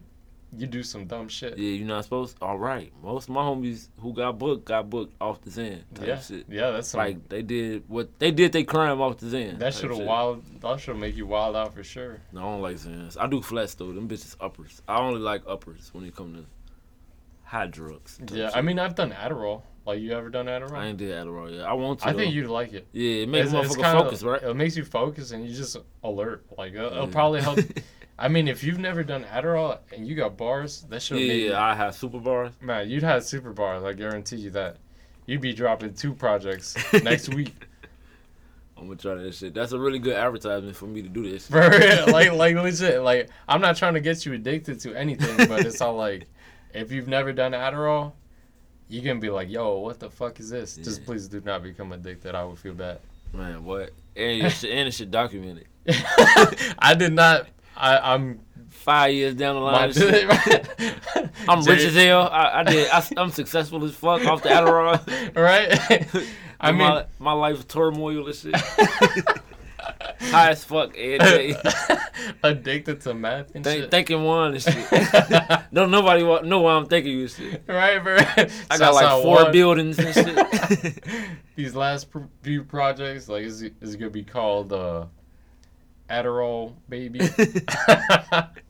[SPEAKER 2] you do some dumb shit.
[SPEAKER 4] yeah, you not supposed. All right, most of my homies who got booked got booked off the Xan type
[SPEAKER 2] yeah.
[SPEAKER 4] shit.
[SPEAKER 2] Yeah, that's some,
[SPEAKER 4] Like they did what they did. They crime off the Xan.
[SPEAKER 2] that
[SPEAKER 4] type
[SPEAKER 2] shit'll
[SPEAKER 4] shit.
[SPEAKER 2] wild. That shit'll make you wild out for sure.
[SPEAKER 4] No, I don't like Zans. I do flats though. Them bitches uppers. I only like uppers when it come to high drugs. type
[SPEAKER 2] Yeah.
[SPEAKER 4] shit.
[SPEAKER 2] I mean, I've done Adderall. Like, you ever done
[SPEAKER 4] I
[SPEAKER 2] Adderall?
[SPEAKER 4] ain't did Adderall yet. I want to.
[SPEAKER 2] I,
[SPEAKER 4] though.
[SPEAKER 2] think you'd like it.
[SPEAKER 4] Yeah, it makes
[SPEAKER 2] It's- it's
[SPEAKER 4] motherfucker
[SPEAKER 2] kinda-
[SPEAKER 4] focus, right? Mm.
[SPEAKER 2] It makes you focus and you just alert. Like it'll, it'll
[SPEAKER 4] Yeah.
[SPEAKER 2] probably help. I mean, if you've never done Adderall and you got bars, that should
[SPEAKER 4] yeah,
[SPEAKER 2] make
[SPEAKER 4] yeah, I have super bars.
[SPEAKER 2] you, man. You'd have super bars. I guarantee you that. You'd be dropping two projects next week,
[SPEAKER 4] I'm gonna try that shit. That's a really good advertisement for me to do this.
[SPEAKER 2] for real. like like legit. Like I'm not trying to get you addicted to anything, but it's all like, if you've never done Adderall, you can be like, yo, what the fuck is this? Just
[SPEAKER 4] Yeah.
[SPEAKER 2] please do not become addicted. I would feel bad.
[SPEAKER 4] Man, what? And it should, and it should document it.
[SPEAKER 2] I did not. I, I'm.
[SPEAKER 4] Five years down the
[SPEAKER 2] my-
[SPEAKER 4] line, this shit, I'm rich
[SPEAKER 2] Jay-
[SPEAKER 4] as hell. I, I did. I, am successful as fuck off the Adderall.
[SPEAKER 2] right? I mean,
[SPEAKER 4] my, my life turmoil and shit. High as fuck every day.
[SPEAKER 2] addicted to math and
[SPEAKER 4] Think,
[SPEAKER 2] shit.
[SPEAKER 4] thinking one and shit. Don't nobody wa- know why I'm thinking you and shit.
[SPEAKER 2] right, bro.
[SPEAKER 4] I got like four buildings and shit.
[SPEAKER 2] These last pr- few projects, like, is it, is it gonna be called uh, Adderall Baby?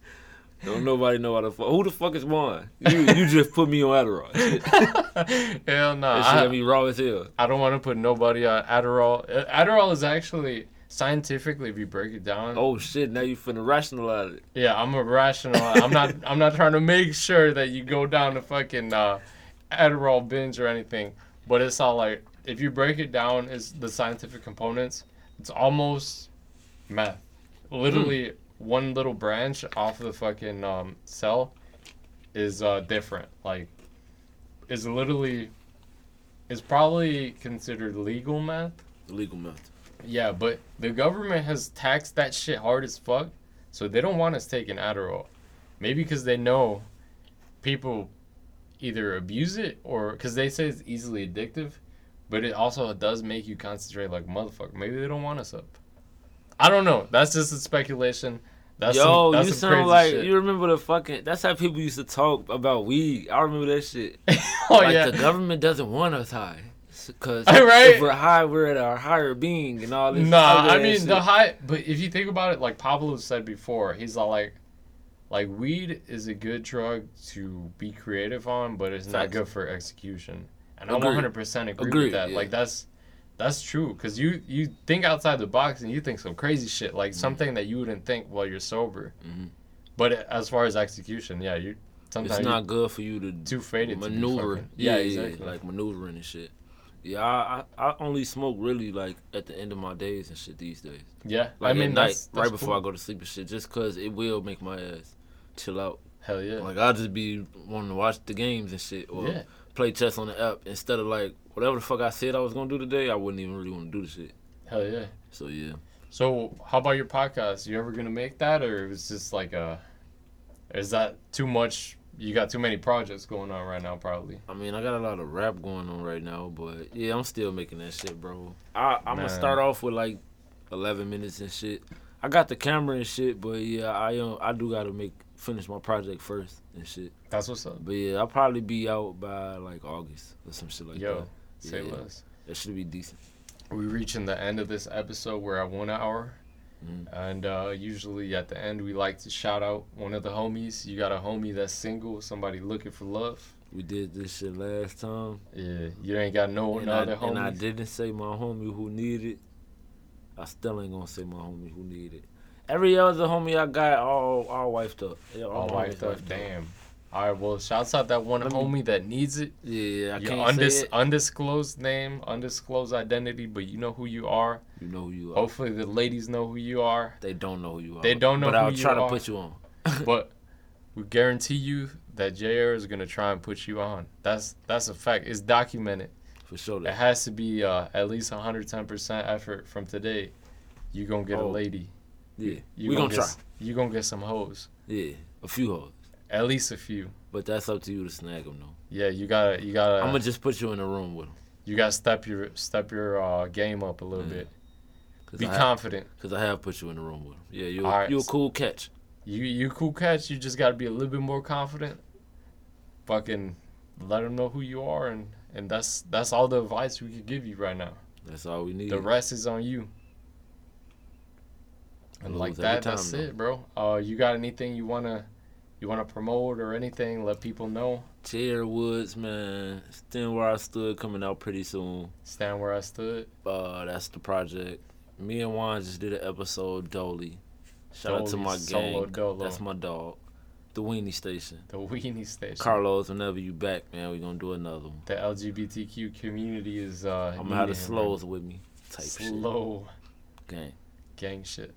[SPEAKER 4] Don't nobody know how the fuck. Who the fuck is one? You you just put me on Adderall. Shit. That shit
[SPEAKER 2] Hell no.
[SPEAKER 4] got
[SPEAKER 2] I,
[SPEAKER 4] me raw as hell.
[SPEAKER 2] I don't want to put nobody on Adderall. Uh, Adderall is actually scientifically, if you break it down,
[SPEAKER 4] Oh shit! Now you finna rationalize it.
[SPEAKER 2] Yeah, I'm a rational. I'm not. I'm not trying to make sure that you go down to fucking uh, Adderall binge or anything. But it's all like if you break it down, it's the scientific components. It's almost math. Literally, one little branch off the fucking um, cell is uh, different. Like, is literally is probably considered legal math.
[SPEAKER 4] Illegal meth.
[SPEAKER 2] Yeah, but the government has taxed that shit hard as fuck, so they don't want us taking Adderall. Maybe because they know people either abuse it or because they say it's easily addictive, but it also does make you concentrate like motherfucker. Maybe they don't want us up. I don't know. That's just a speculation. That's
[SPEAKER 4] Yo,
[SPEAKER 2] some, that's
[SPEAKER 4] you
[SPEAKER 2] some
[SPEAKER 4] sound
[SPEAKER 2] crazy
[SPEAKER 4] like
[SPEAKER 2] shit.
[SPEAKER 4] you remember the fucking. That's how people used to talk about weed. I remember that shit.
[SPEAKER 2] oh
[SPEAKER 4] like
[SPEAKER 2] yeah,
[SPEAKER 4] the government doesn't want us high, because
[SPEAKER 2] Right?
[SPEAKER 4] if we're high, we're at our higher being and all this.
[SPEAKER 2] Nah,
[SPEAKER 4] other
[SPEAKER 2] I
[SPEAKER 4] ass
[SPEAKER 2] mean
[SPEAKER 4] shit.
[SPEAKER 2] the high. But if you think about it, like Pablo said before, he's all like, like weed is a good drug to be creative on, but it's not
[SPEAKER 4] Facts.
[SPEAKER 2] good for execution. And I
[SPEAKER 4] Agreed.
[SPEAKER 2] 100 percent agree
[SPEAKER 4] Agreed,
[SPEAKER 2] with that.
[SPEAKER 4] yeah.
[SPEAKER 2] Like that's that's true because you you think outside the box and you think some crazy shit, like
[SPEAKER 4] Mm-hmm.
[SPEAKER 2] something that you wouldn't think while you're sober.
[SPEAKER 4] Mhm.
[SPEAKER 2] But as far as execution, yeah, you sometimes
[SPEAKER 4] it's
[SPEAKER 2] you're
[SPEAKER 4] not good for you to
[SPEAKER 2] too faded to be
[SPEAKER 4] maneuver.
[SPEAKER 2] fucking-
[SPEAKER 4] yeah,
[SPEAKER 2] Yeah,
[SPEAKER 4] yeah,
[SPEAKER 2] exactly.
[SPEAKER 4] like maneuvering and shit. Yeah, I, I I only smoke really like at the end of my days and shit these days.
[SPEAKER 2] Yeah,
[SPEAKER 4] Like
[SPEAKER 2] I mean
[SPEAKER 4] at night,
[SPEAKER 2] that's, that's
[SPEAKER 4] right before I
[SPEAKER 2] cool.
[SPEAKER 4] go to sleep and shit, just cause it will make my ass chill out.
[SPEAKER 2] Hell yeah.
[SPEAKER 4] Like I'll just be wanting to watch the games and shit or
[SPEAKER 2] Yeah.
[SPEAKER 4] play chess on the app instead of like whatever the fuck I said I was gonna do today. I wouldn't even really want to do the shit.
[SPEAKER 2] Hell yeah.
[SPEAKER 4] So yeah,
[SPEAKER 2] So how about your podcast? You ever gonna make that, or it was just like a? Is that too much? You got too many projects going on right now, probably.
[SPEAKER 4] I mean I got a lot of rap going on right now, but yeah, I'm still making that shit, bro. I I'm
[SPEAKER 2] Man.
[SPEAKER 4] gonna start off with like 11 minutes and shit. I got the camera and shit, but yeah, I um I do gotta make finish my project first and shit.
[SPEAKER 2] That's what's up.
[SPEAKER 4] But yeah, I'll probably be out by like August or some shit like
[SPEAKER 2] Yo,
[SPEAKER 4] that.
[SPEAKER 2] say
[SPEAKER 4] Yeah.
[SPEAKER 2] less.
[SPEAKER 4] That should be decent.
[SPEAKER 2] We're reaching the end of this episode. We're at one hour,
[SPEAKER 4] Mhm.
[SPEAKER 2] and uh, usually at the end we like to shout out one of the homies. You got a homie that's single, somebody looking for love.
[SPEAKER 4] We did this shit last time,
[SPEAKER 2] Yeah, you ain't got no
[SPEAKER 4] and,
[SPEAKER 2] no
[SPEAKER 4] I,
[SPEAKER 2] other
[SPEAKER 4] and I
[SPEAKER 2] homies.
[SPEAKER 4] didn't say my homie who needed. I still ain't gonna say my homie who needed. Every other homie I got all all wifed up. Yeah, all,
[SPEAKER 2] All
[SPEAKER 4] my
[SPEAKER 2] wiped
[SPEAKER 4] homies
[SPEAKER 2] up. Damn. All right. Well, shouts out that one
[SPEAKER 4] Let me-
[SPEAKER 2] homie that needs it.
[SPEAKER 4] Yeah, I
[SPEAKER 2] Your
[SPEAKER 4] can't
[SPEAKER 2] undis-
[SPEAKER 4] say it.
[SPEAKER 2] undisclosed name, undisclosed identity, but you know who you are.
[SPEAKER 4] You know who you are.
[SPEAKER 2] Hopefully, the ladies know who you are.
[SPEAKER 4] They don't know who you are.
[SPEAKER 2] Oh. They don't know
[SPEAKER 4] But
[SPEAKER 2] who
[SPEAKER 4] I'll
[SPEAKER 2] you
[SPEAKER 4] try
[SPEAKER 2] are.
[SPEAKER 4] to put you on.
[SPEAKER 2] but we guarantee you that JR is gonna try and put you on. That's that's a fact. It's documented.
[SPEAKER 4] For sure.
[SPEAKER 2] It has to be uh, at least 110% effort from today. You gonna get a
[SPEAKER 4] Oh,
[SPEAKER 2] lady.
[SPEAKER 4] yeah.
[SPEAKER 2] You
[SPEAKER 4] we gonna
[SPEAKER 2] get
[SPEAKER 4] try.
[SPEAKER 2] s- You gonna get some hoes.
[SPEAKER 4] Yeah. A few hoes.
[SPEAKER 2] At least a few.
[SPEAKER 4] But that's up to you to snag them though.
[SPEAKER 2] Yeah, you gotta you gotta
[SPEAKER 4] I'm gonna just put you in a room with them.
[SPEAKER 2] you gotta step your step your uh, game up a little
[SPEAKER 4] Yeah.
[SPEAKER 2] bit.
[SPEAKER 4] Cause
[SPEAKER 2] Be
[SPEAKER 4] I-
[SPEAKER 2] confident.
[SPEAKER 4] Cause I have put you in the room with him. Yeah, you
[SPEAKER 2] Alright.
[SPEAKER 4] you a cool catch.
[SPEAKER 2] You you cool cats. You just got to be a little bit more confident. Fucking let them know who you are, and and that's that's all the advice we could give you right now.
[SPEAKER 4] That's all we need.
[SPEAKER 2] The rest is on you. And
[SPEAKER 4] Lose
[SPEAKER 2] like
[SPEAKER 4] every
[SPEAKER 2] that,
[SPEAKER 4] time,
[SPEAKER 2] that's
[SPEAKER 4] though.
[SPEAKER 2] it, bro. Uh, you got anything you wanna you wanna promote or anything? Let people know.
[SPEAKER 4] Chair Woods, man, stand where I stood, coming out pretty soon.
[SPEAKER 2] Stand where I stood.
[SPEAKER 4] Uh, that's the project. Me and Juan just did an episode, Dolly. Shout out to
[SPEAKER 2] Dolly,
[SPEAKER 4] my
[SPEAKER 2] Solo
[SPEAKER 4] gang.
[SPEAKER 2] Dolo.
[SPEAKER 4] That's my dog. The Weenie Station.
[SPEAKER 2] The weenie station.
[SPEAKER 4] Carlos, whenever you back, man, we gonna do another one.
[SPEAKER 2] the LGBTQ community is. Uh,
[SPEAKER 4] I'm gonna have the
[SPEAKER 2] needing him, bro.
[SPEAKER 4] slows with me. Type
[SPEAKER 2] slow
[SPEAKER 4] shit. Gang.
[SPEAKER 2] gang shit.